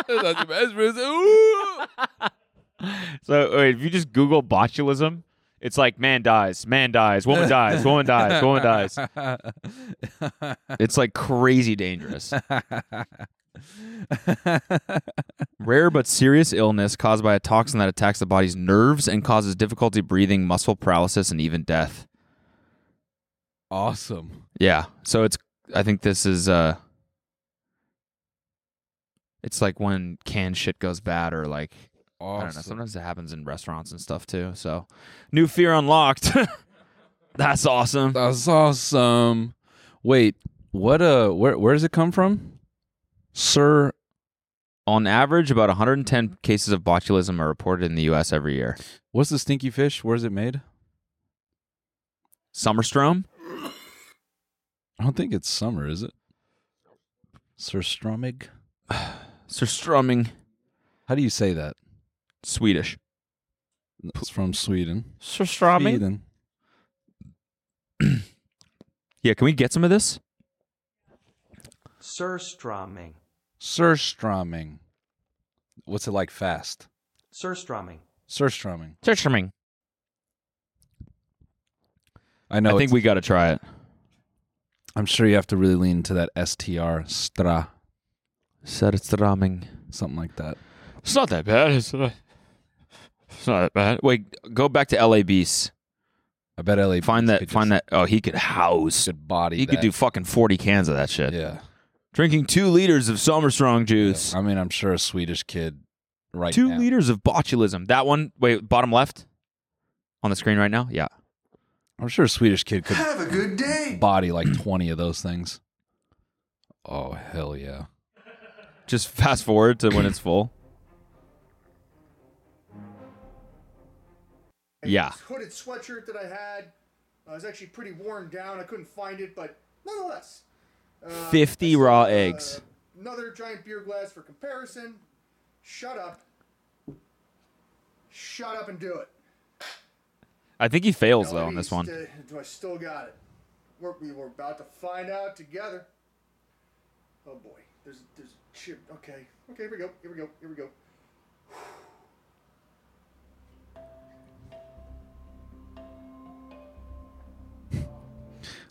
that's best, Ooh. So wait, if you just Google botulism, it's like man dies, man dies, woman dies, woman dies, woman dies. It's like crazy dangerous. Rare but serious illness caused by a toxin that attacks the body's nerves and causes difficulty breathing, muscle paralysis, and even death. Awesome. Yeah. So it's I think this is uh it's like when canned shit goes bad or like Awesome. I don't know, sometimes it happens in restaurants and stuff too. So new fear unlocked. That's awesome. That's awesome. Wait, what uh where where does it come from? Sir On average, about 110 cases of botulism are reported in the US every year. what's the stinky fish? Where's it made? Summerstrom? I don't think it's summer, is it? Sir Stromig? Surströmming. How do you say that? Swedish. It's from Sweden. Surströmming? Sweden. Yeah, can we get some of this? Surströmming. Sir Stroming. What's it like fast? Surströmming. Sir Stroming. Surströmming. I know. I think it's- we got to try it. I'm sure you have to really lean into that STR, stra, Surströmming. something like that. It's not that bad. It's not, it's not that bad. Uh, Wait, go back to LA Beast. I bet LA Find that. Find that. Oh, he could house. good body. He could do fucking 40 cans of that shit. Yeah. Drinking two liters of Summerstrong juice. I mean, I'm sure a Swedish kid right two now. liters of botulism. That one, wait, bottom left on the screen right now? Yeah. I'm sure a Swedish kid could Have a good day. body like 20 of those things. Oh, hell yeah. Just fast forward to when it's full. Yeah. This hooded sweatshirt that I had. uh, I was actually pretty worn down. I couldn't find it, but nonetheless. Uh, 50 I saw, raw uh, eggs. Another giant beer glass for comparison. Shut up. Shut up and do it. I think he fails, though, Now, on this do you one. st- do I still got it? We're, we were about to find out together. Oh boy, there's there's chip. Okay, okay, here we go. Here we go. Here we go.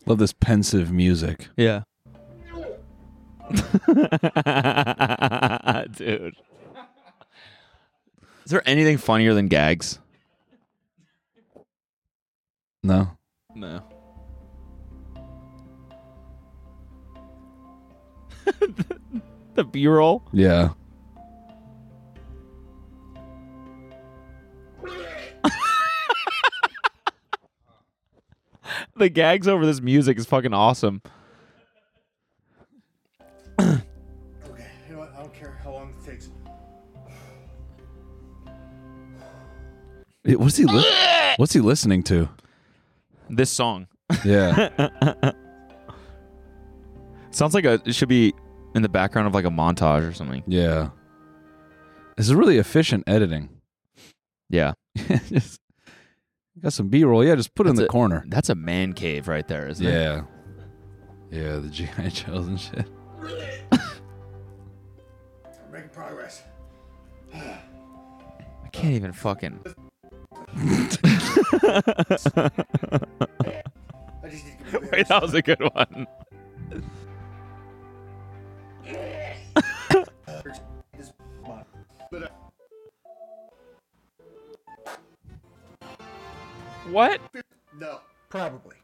Love this pensive music. Yeah. Dude. Is there anything funnier than gags? No? No. the B roll. Yeah. The gags over this music is fucking awesome. Okay, you know what? I don't care how long it takes. It- What's he? Li- what's he listening to? This song Yeah. sounds like a. It should be in the background of like a montage or something. Yeah. This is really efficient editing. Yeah, Just- got some B roll. Yeah, just put it in the That's it. corner. that's a man cave right there, isn't it? Yeah. Yeah, the GI Joes and shit. I'm making progress. I can't even fucking. I just need to get Wait, that was a good one. this. What? No, probably.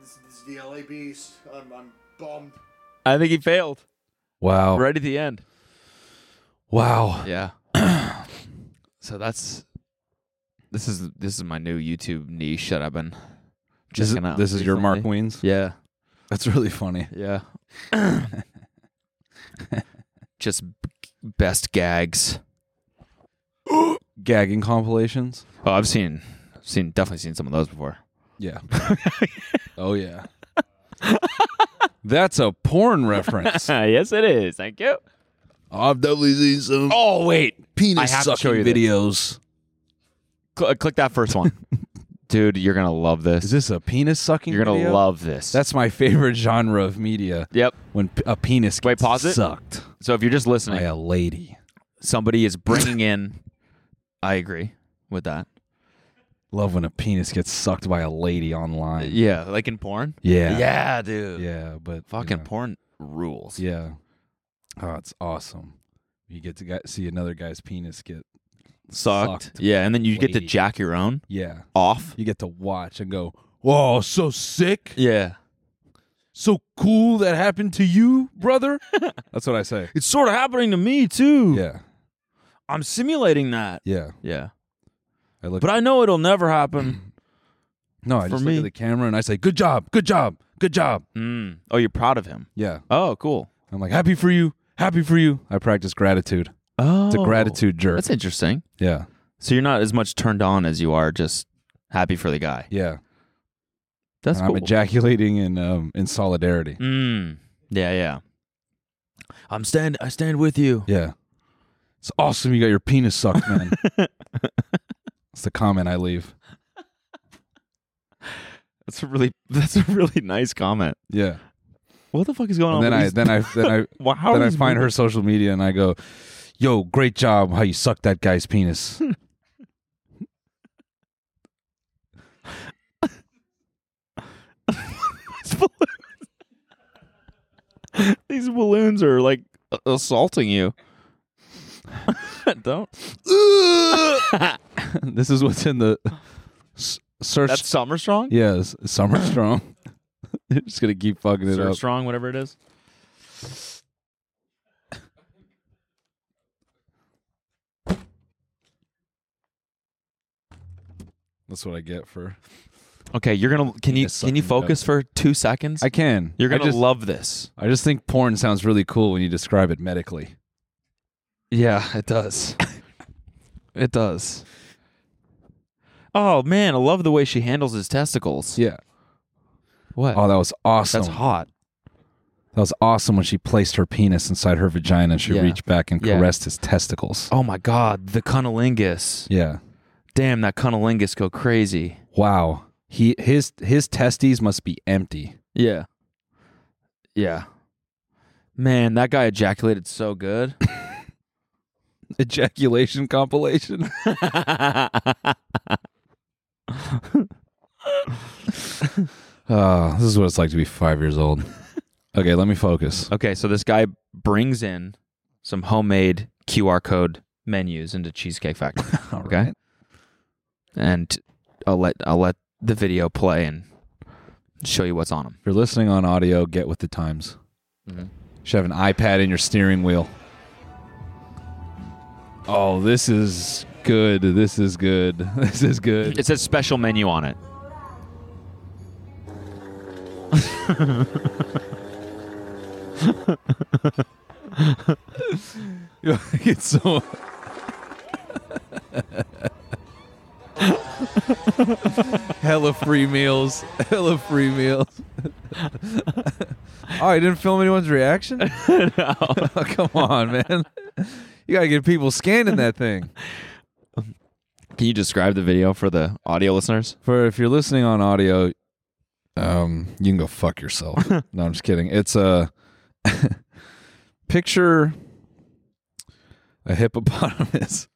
This, this is the LA Beast. I'm, I'm bummed. I think he failed Wow. right at the end. Wow. Yeah. so that's this is this is my new YouTube niche that I've been This is, checking out. this is your Mark recently. Weens. Yeah. That's really funny. Yeah. Just b- best gags. Gagging compilations. Oh, I've seen, seen definitely seen some of those before. Yeah. oh yeah. That's a porn reference. Uh, yes, it is. Thank you. I've definitely seen some Oh wait, penis I have to show sucking you this. videos. Cl- uh, click that first one, dude. You're gonna love this. Is this a penis sucking? you're gonna video? love this. That's my favorite genre of media. yep. When p- a penis gets Wait, pause it. sucked So if you're just by listening, a lady. somebody is bringing in. I agree with that. Love when a penis gets sucked by a lady online. Yeah, like in porn. Yeah. Yeah, dude. Yeah, but you Fucking know. porn rules. Yeah. Oh, it's awesome. You get to gu see another guy's penis get Sucked. Sucked. Yeah, and then you get to Lady. jack your own yeah. off. You get to watch and go, "Whoa, so sick, Yeah. so cool that happened to you, brother." That's what I say. It's sort of happening to me too. Yeah, I'm simulating that. yeah. Yeah. I look, But I know it'll never happen. no, I for just me- look at the camera and I say, "Good job, good job, good job." mm. Oh, you're proud of him. Yeah, Oh, cool. I'm like, "Happy for you, happy for you." I practice gratitude. Oh. It's a gratitude jerk. That's interesting. Yeah, So you're not as much turned on as you are just happy for the guy. yeah. That's And cool. I'm ejaculating in um in solidarity. mm. Yeah, yeah. I'm stand I stand with you. Yeah. It's awesome you got your penis sucked, man. That's the comment I leave. That's a really that's a really nice comment. Yeah. What the fuck is going And on? then with I these- then I then I Wha- how then are I these find her moving- social media and I go, "Yo, great job how you sucked that guy's penis." these balloons. these balloons are like a- assaulting you. Don't. this is what's in the s- search That's Summer Strong. Yes, Summer Strong. You're just going to keep fucking it Summer up. Strong, whatever it is. That's what I get for Okay, you're gonna. Can you Penis can you sucking focus for two seconds? I can. you're I gonna just, love this. I just think porn sounds really cool when you describe it medically. Yeah, it does. it does. Oh man, I love the way she handles his testicles. Yeah. What? Oh, that was awesome. That's hot. That was awesome when she placed her penis inside her vagina and she Yeah. reached back and Yeah. caressed his testicles. Oh my god, the cunnilingus. Yeah. Damn, that cunnilingus go crazy. Wow. He his his testes must be empty. Yeah. Yeah. Man, that guy ejaculated so good. Ejaculation compilation. Oh, this is what it's like to be five years old. Okay, let me focus. okay, so this guy brings in some homemade QR code menus into Cheesecake Factory. All okay. right. And I'll let I'll let the video play and show you what's on them. If you're listening on audio, get with the times. Should have an iPad in your steering wheel. Oh, this is good. This is good. This is good. It says special menu on it. it's so. hella free meals. Hella free meals. oh, you didn't film anyone's reaction? Oh, Come on, man. You gotta get people scanning that thing. Can you describe the video for the audio listeners? For if you're listening on audio, um, you can go fuck yourself. no, I'm just kidding. It's a picture a hippopotamus.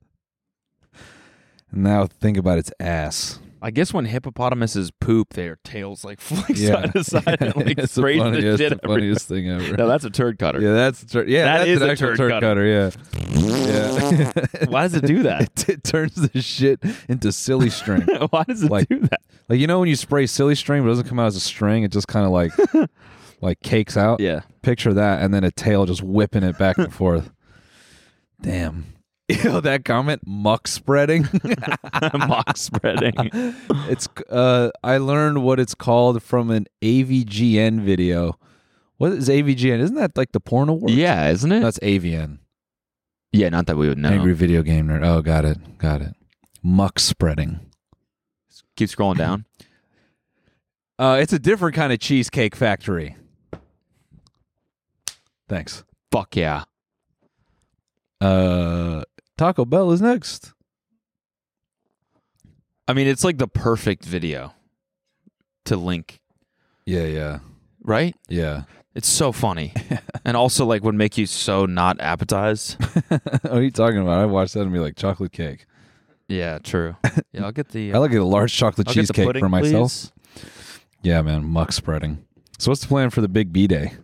And now think about its ass. I guess when hippopotamuses poop, their tails like flick side to side and like It's sprays the, the funniest, shit. the funniest thing ever. everywhere. No, that's a turd cutter. yeah, that's a tur- yeah, That that's is an a actual turd turd cutter. cutter. Yeah, yeah. Why does it do that? it, it turns the shit into silly string. Why does it Like- do that? like you know when you spray silly string, but it doesn't come out as a string. It just kind of like like cakes out. Yeah. Picture that, and then a tail just whipping it back and forth. Damn. You know that comment, muck spreading. Mock spreading. it's uh, I learned what it's called from an AVGN video. What is AVGN? Isn't that like the porn award? yeah, isn't it? that's AVN. yeah, not that we would know. Angry video game nerd. Oh, got it, got it. Muck spreading. Keep scrolling down. Uh, it's a different kind of cheesecake factory. Thanks. Fuck yeah. Uh, Taco Bell is next. I mean, it's like the perfect video to link, Yeah, yeah, right? yeah. It's so funny, and also like would make you so not appetized. what are you talking about? I watched that and be like chocolate cake. Yeah, true. Yeah, I'll get the. I like a large chocolate I'll get the cheesecake pudding, for myself. please. Yeah, man, muck spreading. So what's the plan for the big B day?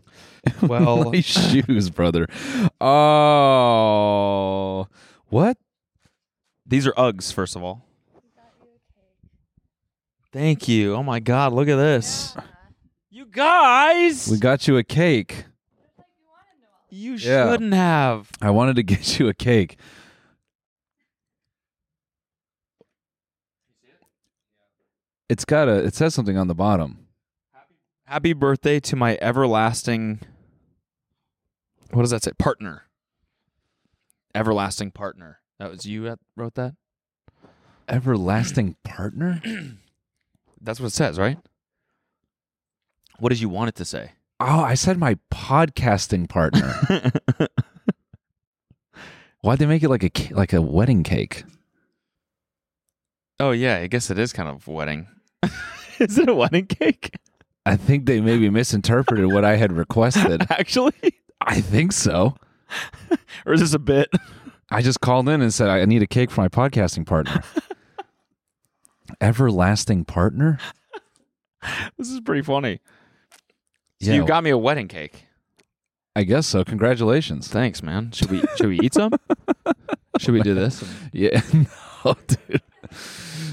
Well, My shoes, brother. Oh, what? these are Uggs. First of all, thank you. Oh my God, look at this. You guys, We got you a cake. you Yeah. shouldn't have. I wanted to get you a cake. It's got a. It says something on the bottom. Happy birthday to my everlasting. What does that say? Partner. Everlasting partner. That was you that wrote that. Everlasting partner. That's what it says, right? What did you want it to say? Oh, I said my podcasting partner. Why'd they make it like a ca- like a wedding cake? Oh yeah, I guess it is kind of wedding. is it a wedding cake? I think they maybe misinterpreted what I had requested. Actually, I think so. or is this a bit? I just called in and said I need a cake for my podcasting partner. Everlasting partner. This is pretty funny. So Yeah. you got me a wedding cake. I guess so. Congratulations. Thanks, man. Should we should we eat some? should we do this? Yeah. no, dude.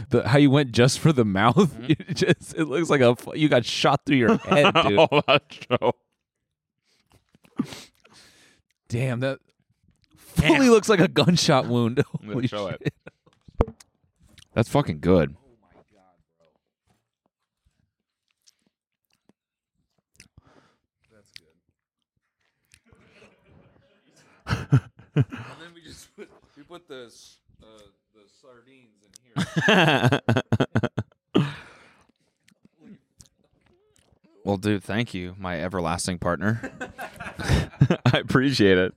The, how you went just for the mouth? You just it looks like a fu- you got shot through your head, dude. Oh, that's so- Damn that fully looks like a gunshot wound. Holy show it. shit. That's fucking good. We put the uh, the sardines in here. Well, dude, thank you, my everlasting partner. I appreciate it.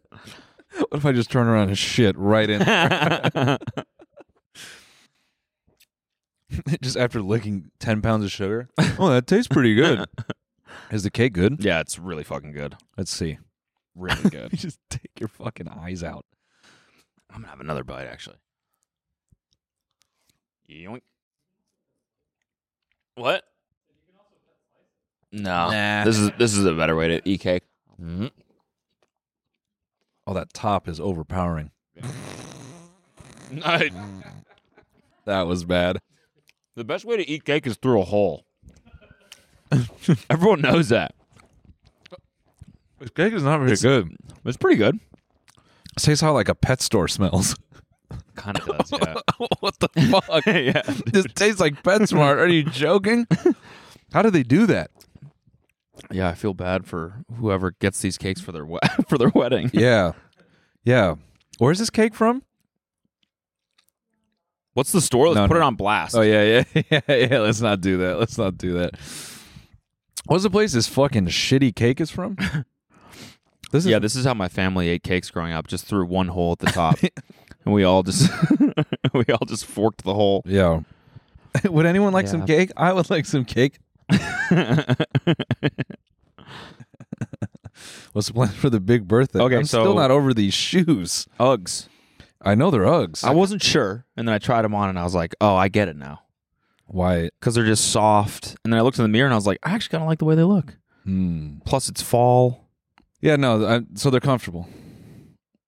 What if I just turn around and shit right in? there? just after licking ten pounds of sugar. Oh, that tastes pretty good. Is the cake good? Yeah, it's really fucking good. Let's see. Really You good. just take your fucking eyes out. I'm gonna have another bite actually. Yoink. What? No. Nah. This is this is a better way to eat cake. Oh, that top is overpowering. I- That was bad. the best way to eat cake is through a hole. Everyone knows that. This cake is not very good. It's pretty good. It tastes how like a pet store smells. Kind of does. Yeah. what the fuck? Yeah, This tastes like PetSmart. Are you joking? How do they do that? yeah, I feel bad for whoever gets these cakes for their we- for their wedding. Yeah. Yeah. Where's this cake from? What's the store? Let's No, put no. it on blast. Oh yeah, yeah, yeah, yeah. Let's not do that. Let's not do that. What's the place this fucking shitty cake is from? This is yeah, this is how my family ate cakes growing up, just through one hole at the top. and we all just we all just forked the hole. yeah. would anyone like some Yeah. cake? I would like some cake. What's the plan for the big birthday? Okay, I'm so- still not over these shoes. Uggs. I know they're Uggs. I wasn't sure, and then I tried them on and I was like, "Oh, I get it now." Why? Cuz they're just soft. And then I looked in the mirror and I was like, "I actually kind of like the way they look." Hmm. Plus it's fall. Yeah, no. I, so they're comfortable,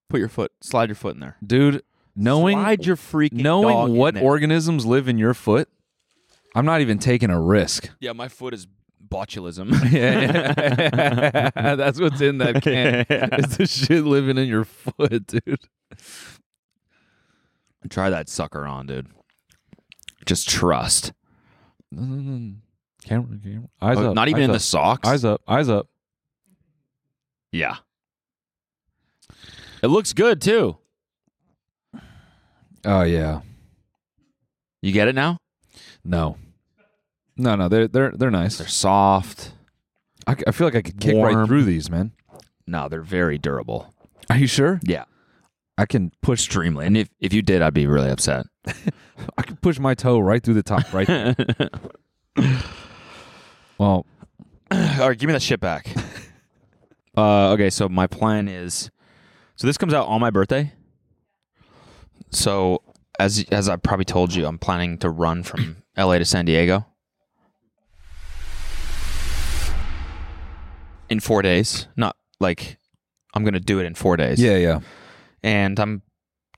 Put your foot, slide your foot in there. dude. Knowing slide your freaking dog knowing in what there. organisms live in your foot, I'm not even taking a risk. Yeah, my foot is botulism. Yeah, that's what's in that can. It's the shit living in your foot, dude. Try that sucker on, dude. Just trust. Camera, camera. Eyes Oh, up. not even eyes in up, the socks. Eyes up. Eyes up. Yeah. It looks good too. Oh yeah. You get it now? No. No, no. They're they're they're nice. They're soft. I, c- I feel like I could kick right Warm. through these, man. No, they're very durable. Are you sure? Yeah. I can Push extremely. And if, if you did, I'd be really upset. I can push my toe right through the top right. there. well, All right, give me that shit back. uh, okay, so my plan is so this comes out on my birthday. So as as I probably told you, I'm planning to run from LA to San Diego in 4 days. Not like I'm going to do it in 4 days. yeah, yeah. and I'm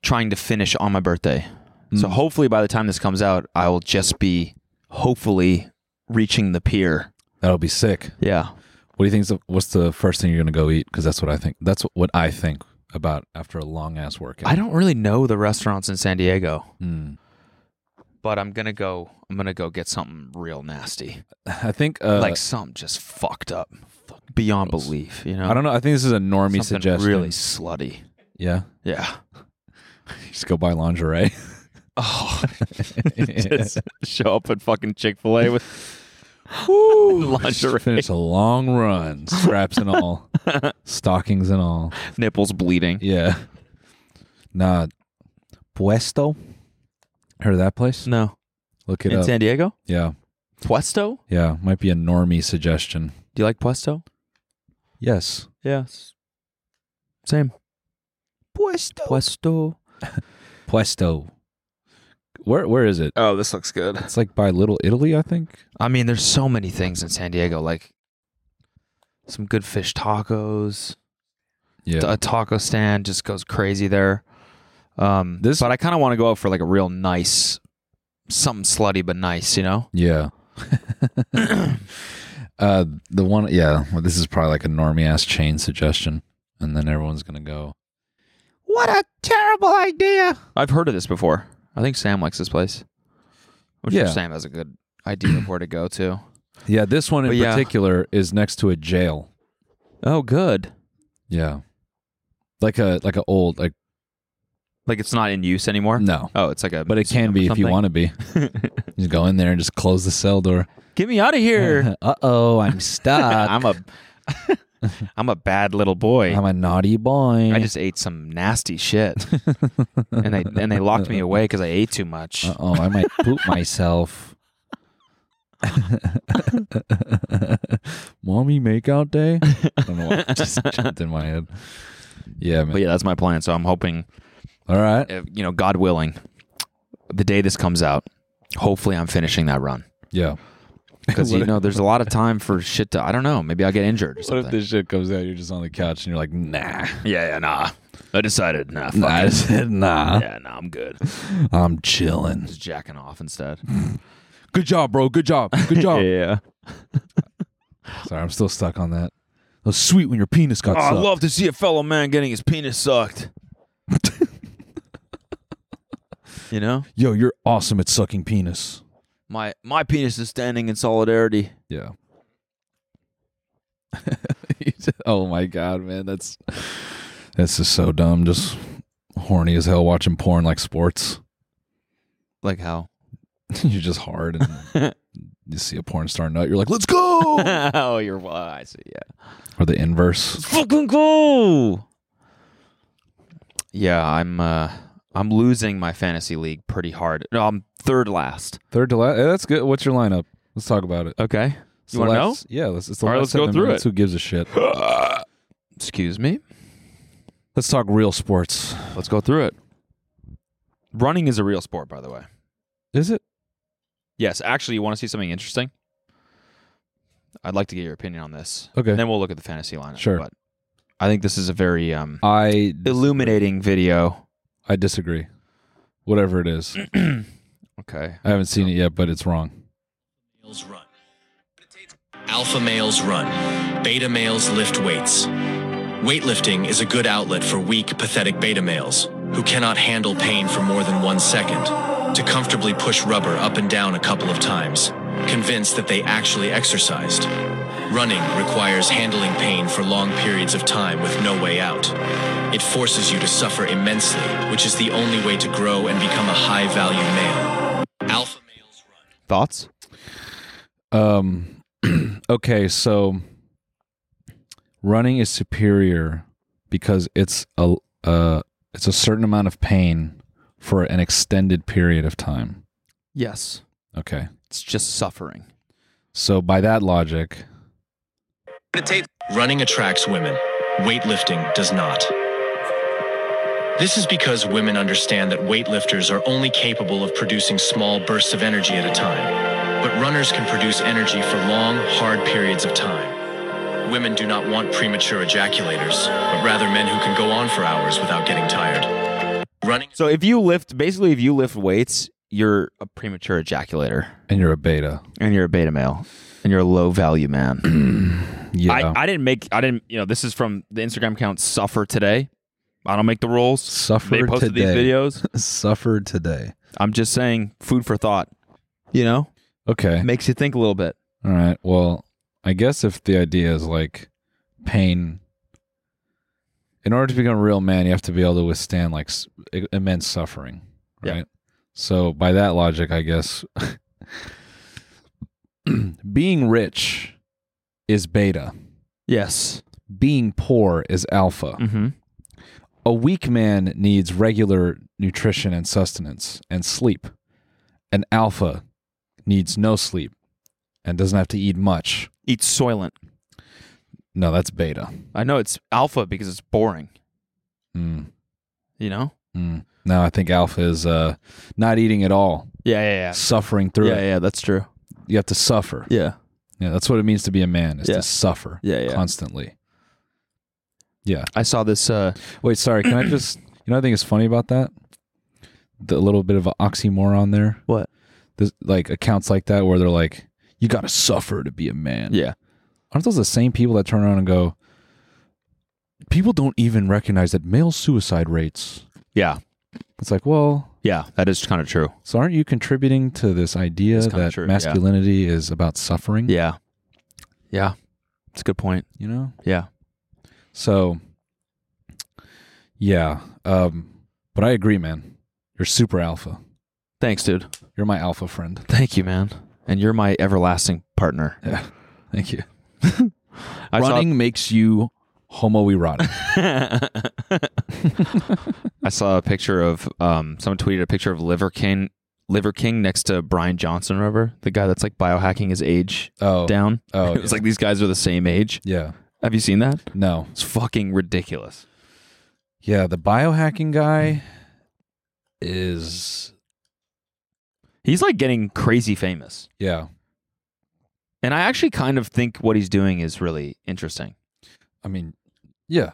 trying to finish on my birthday. So Mm. hopefully by the time this comes out, I will just be hopefully reaching the pier. That'll be sick. Yeah. What do you think's the, what's the first thing you're gonna go eat? Because that's what I think. That's what I think about after a long ass workout. I don't really know the restaurants in San Diego, Mm. but I'm going to go I'm going to go get something real nasty. I think uh, like something just fucked up beyond belief, you know. I don't know. I think this is a normie Something suggestion. really slutty. Yeah. Yeah. Just go buy lingerie. Oh. Just show up at fucking Chick-fil-A with lingerie. Finish a long run, straps and all, stockings and all. nipples bleeding. Yeah. Nah. Puesto. Heard of that place? No. Look it Mm, in up. San Diego? yeah. Puesto? Yeah. Might be a normie suggestion. Do you like Puesto? Yes. Yes. Same. Puesto. Puesto. Puesto. Where Where is it? Oh, this looks good. It's like by Little Italy, I think. I mean, there's so many things in San Diego, like some good fish tacos. Yeah. A taco stand just goes crazy there. Um, This- but I kind of want to go out for like a real nice, something slutty but nice, you know? Yeah. uh, the one, yeah. Well, this is probably like a normie ass chain suggestion, and then everyone's gonna go. What a terrible idea! I've heard of this before. I think Sam likes this place. I'm sure Yeah. Sam has a good idea of where to go to. Yeah, this one in But yeah. particular is next to a jail. Oh, good. Yeah, like a like a old like Like it's not in use anymore? no, Oh, it's like a. but it can museum be or if you something? want to be. you go in there and just close the cell door. Get me out of here. uh oh, I'm stuck. I'm a I'm a bad little boy. I'm a naughty boy. I just ate some nasty shit. and they and they locked me away cuz I ate too much. Uh oh, I might poop myself. Mommy makeout day? I don't know why it just jumped in my head. Yeah, man. But yeah, that's my plan. So I'm hoping All right. if, you know, God willing, the day this comes out, hopefully I'm finishing that run. Yeah. Cuz you know, there's a lot of time for shit to I don't know, maybe I'll get injured What or if something. this shit comes out? You're just on the couch and you're like, nah. yeah, yeah, nah. I decided nah, fuck Nah, I it. said nah. Yeah, nah, I'm good. I'm chilling. Just jacking off instead. Oh. Good job, bro. Good job. Good job. yeah. Sorry, I'm still stuck on that. was sweet when your penis got Oh, I'd sucked. love to see a fellow man getting his penis sucked. you know, Yo, you're awesome at sucking penis. my my penis is standing in solidarity. Yeah. oh my god, man, that's that's just so dumb. Just horny as hell watching porn like sports. Like how? you're just hard and you see a porn star nut, you're like, let's go. oh, you're. Well, I see. Yeah. Or the inverse. Fucking go. Yeah, I'm. uh I'm losing my fantasy league pretty hard. No, I'm third last. Third to last. That's good. What's your lineup? Let's talk about it. Okay. It's the You want to know? last- Yeah, let's, it's the All right, last let's go seven through minutes. it. Who gives a shit? Excuse me. Let's talk real sports. Let's go through it. Running is a real sport, by the way. Is it? Yes, actually, you want to see something interesting? I'd like to get your opinion on this. Okay. then we'll look at the fantasy lineup. Sure. Uh, But I think this is a very um, I illuminating video. I disagree. Whatever it is. Okay. I haven't seen it yet, but it's wrong. males run. Alpha males run. Beta males lift weights. Weightlifting is a good outlet for weak, pathetic beta males who cannot handle pain for more than one second to comfortably push rubber up and down a couple of times, convinced that they actually exercised. Running requires handling pain for long periods of time with no way out. It forces you to suffer immensely, which is the only way to grow and become a high value male. Alpha Thoughts? Um okay, so running is superior because it's a uh it's a certain amount of pain for an extended period of time. Yes. Okay. It's just suffering. So by that logic, Running attracts women, weightlifting does not. This is because women understand that weightlifters are only capable of producing small bursts of energy at a time, but runners can produce energy for long, hard periods of time. Women do not want premature ejaculators, but rather men who can go on for hours without getting tired. Running. So if you lift, basically, if you lift weights, you're a premature ejaculator, and you're a beta. and you're a beta male, and you're a low value man. Yeah. I, I didn't make. I didn't. You know, this is from the Instagram account Suffer Today. I don't make the rules. Suffer They posted today. these videos. Suffered today. I'm just saying, food for thought. You know, Okay. makes you think a little bit. All right. Well, I guess if the idea is like pain, in order to become a real man, you have to be able to withstand like s- i- immense suffering, Yeah. right? So by that logic, I guess being rich is beta. Yes. Being poor is alpha. Mm-hmm. A weak man needs regular nutrition and sustenance and sleep. An alpha needs no sleep and doesn't have to eat much. Eat Soylent. No, that's beta. I know it's alpha because it's boring. Mm, You know. mm. No, I think alpha is uh, not eating at all, Yeah, yeah, suffering through yeah, it. yeah. That's true. You have to suffer. Yeah. Yeah, that's what it means to be a man is Yeah. to suffer Yeah, yeah. constantly. Yeah. I saw this. Uh, Wait, sorry. Can I just? You know, what I think it's funny about that. The little bit of an oxymoron there. What? There's like accounts like that where they're like, "You got to suffer to be a man." yeah. Aren't those the same people that turn around and go, "People don't even recognize that male suicide rates." Yeah. It's like, well, Yeah. That is kind of true. So aren't you contributing to this idea It's kinda that true, yeah. masculinity is about suffering? Yeah. Yeah. It's a good point. You know? Yeah. So yeah. Um but I agree, man. You're super alpha. Thanks, dude. You're my alpha friend. Thank you, man. And you're my everlasting partner. Yeah. Thank you. I saw- Running makes you homoerotic. I saw a picture of um, someone tweeted a picture of Liver King, Liver King next to Brian Johnson. Remember the guy that's like biohacking his age oh. down? Oh, it was yeah. like these guys are the same age. Yeah. Have you seen that? No. It's fucking ridiculous. Yeah, the biohacking guy is He's like getting crazy famous, yeah. and I actually kind of think what he's doing is really interesting I mean, yeah.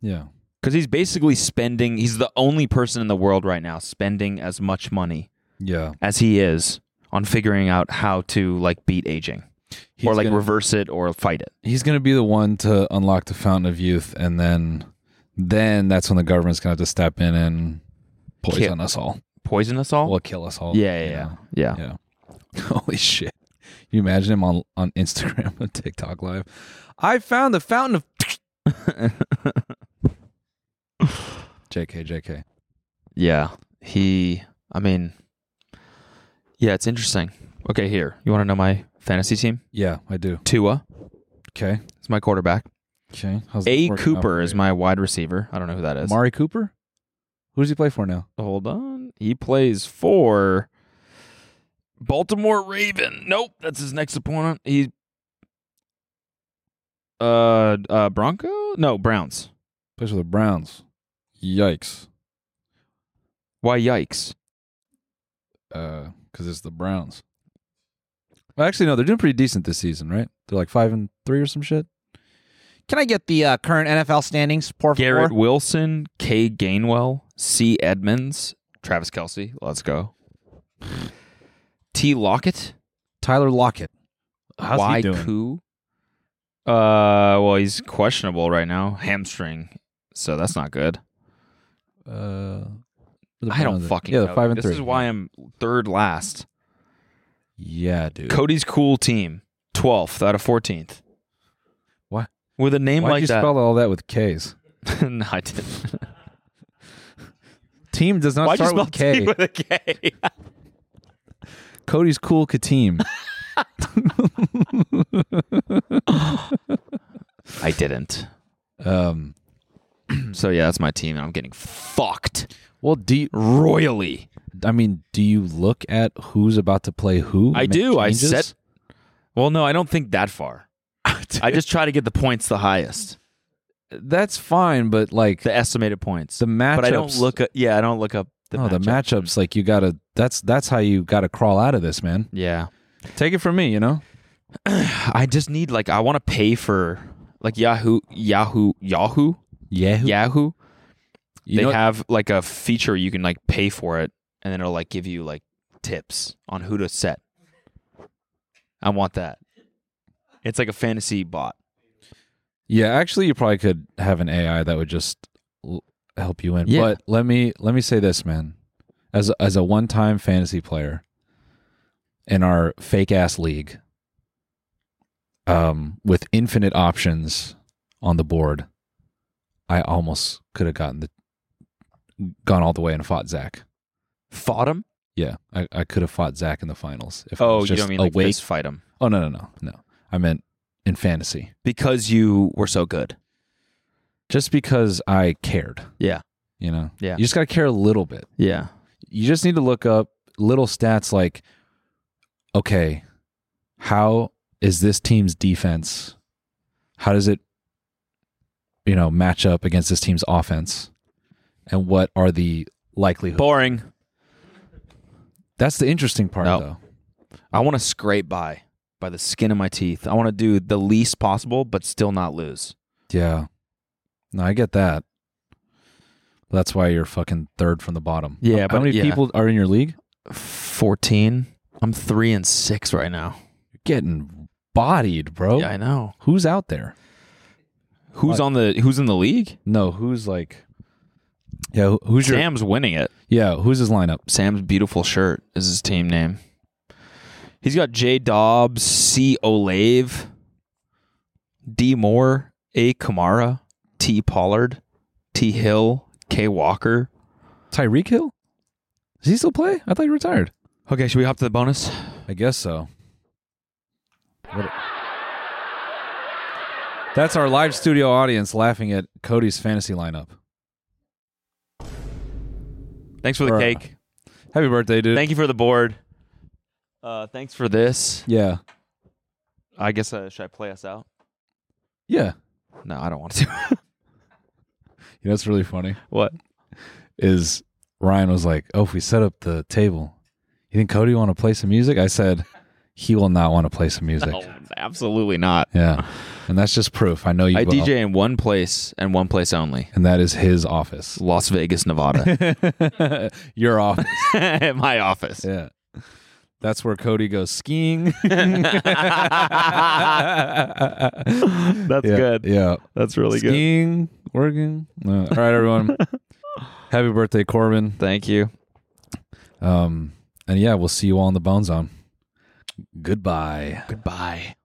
Yeah. because he's basically spending. He's the only person in the world right now spending as much money Yeah. as he is on figuring out how to like beat aging. or like gonna- reverse it or fight it. He's going to be the one to unlock the fountain of youth, and then then that's when the government's going to have to step in and poison Kill- us all. Poison us all? Well, kill us all. Yeah, yeah, you yeah. know? Yeah. Yeah. Holy shit! Can you imagine him on on Instagram and TikTok live? I found the fountain of. Jk, Jk. Yeah. He I mean Yeah, it's interesting. Okay, here. You want to know my fantasy team? Yeah, I do. Tua. Okay. It's my quarterback. Okay. How's that A working out Cooper for is you? my wide receiver. I don't know who that is. Mari Cooper. Who does he play for now? Hold on. He plays for Baltimore Raven. Nope, that's his next opponent. He uh uh Bronco? No, Browns. Plays for the Browns. Yikes. Why yikes? because uh, it's the Browns. Well, actually, no, they're doing pretty decent this season, right? They're like five and three or some shit. Can I get the uh, current NFL standings? Por Garrett favor. Wilson, K Gainwell, C Edmonds, Travis Kelsey. Let's go. T Lockett, Tyler Lockett. How's y he doing? Koo. Uh, well, he's questionable right now, hamstring. So that's not good. Uh, I don't Browns are- fucking yeah, know. they're five and this three. is why I'm third last. Yeah, dude. Cody's cool team, twelfth out of fourteenth. What? With a name Why'd like you that? spell all that with K's? no, I didn't. Team does not Why'd you start with spell K. team with a K? Cody's cool Kateem. I didn't. Um. so yeah, that's my team, and I'm getting fucked. Well, do you, royally. I mean, do you look at who's about to play who? I Make do. changes? I set. Well, no, I don't think that far. I just try to get the points the highest. That's fine, but like the estimated points, the matchups. But I don't look. Up, yeah, I don't look up the. no, the matchups. Like you gotta. That's that's how you gotta crawl out of this, man. Yeah. Take it from me, you know. I just need like I want to pay for like Yahoo, Yahoo, Yahoo, Yahoo, Yahoo. You they know- have like a feature you can like pay for it, and then it'll like give you like tips on who to set. I want that. It's like a fantasy bot. Yeah, actually, you probably could have an AI that would just l- help you in. Yeah. But let me let me say this, man. As a, as a one time fantasy player in our fake ass league, um, with infinite options on the board, I almost could have gotten the gone all the way and fought Zach. Fought him? Yeah, I, I could have fought Zach in the finals. If I Oh, was you just don't mean like awake. fist fight him Oh no no no no! I meant in fantasy. because you were so good. just because I cared. Yeah. You know? Yeah. You just got to care a little bit. Yeah. You just need to look up little stats like, okay, how is this team's defense? How does it, you know, match up against this team's offense? And what are the likelihood? Boring. That's the interesting part, No. though. I want to scrape by by the skin of my teeth. I want to do the least possible, but still not lose. Yeah. No, I get that. That's why you're fucking third from the bottom. Yeah, How, but- how many yeah. people are in your league? 14. I'm three and six right now. You're getting bodied, bro. Yeah, I know. Who's out there? Who's Like- on the Who's in the league? No, who's like? Yeah, who- who's your? Sam's winning it. Yeah, who's his lineup? Sam's beautiful shirt is his team name. He's got J. Dobbs, C. Olave, D. Moore, A. Kamara, T. Pollard, T. Hill, K. Walker. Tyreek Hill. Does he still play? I thought he retired. Okay, should we hop to the bonus? I guess so. What- That's our live studio audience laughing at Cody's fantasy lineup. Thanks for the Or- cake. Happy birthday, dude! Thank you for the board. Uh, thanks for this. yeah, I guess uh, should I play us out? yeah. No, I don't want to. You know, it's really funny. what? is Ryan was like, "Oh, if we set up the table, you think Cody want to play some music?" I said, "He will not want to play some music." No, Oh, absolutely not. Yeah, and that's just proof. I know you. I will. DJ in one place and one place only. and that is his office, Las Vegas, Nevada. your office. My office. yeah, That's where Cody goes skiing. That's Yeah, good. Yeah. That's really good. Skiing, working. Uh, all right, everyone. Happy birthday, Corbin. Thank you. Um, and yeah, we'll see you all on the Bone Zone. Goodbye. Goodbye.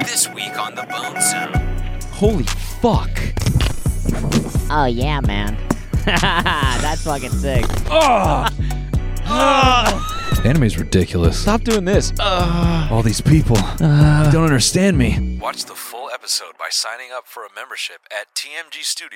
This week on the Bone Zone. Holy fuck. Oh yeah, man. That's fucking sick. Oh. Anime's ridiculous. Stop doing this. Uh, all these people don't understand me. Watch the full episode by signing up for a membership at tmgstudios.tv.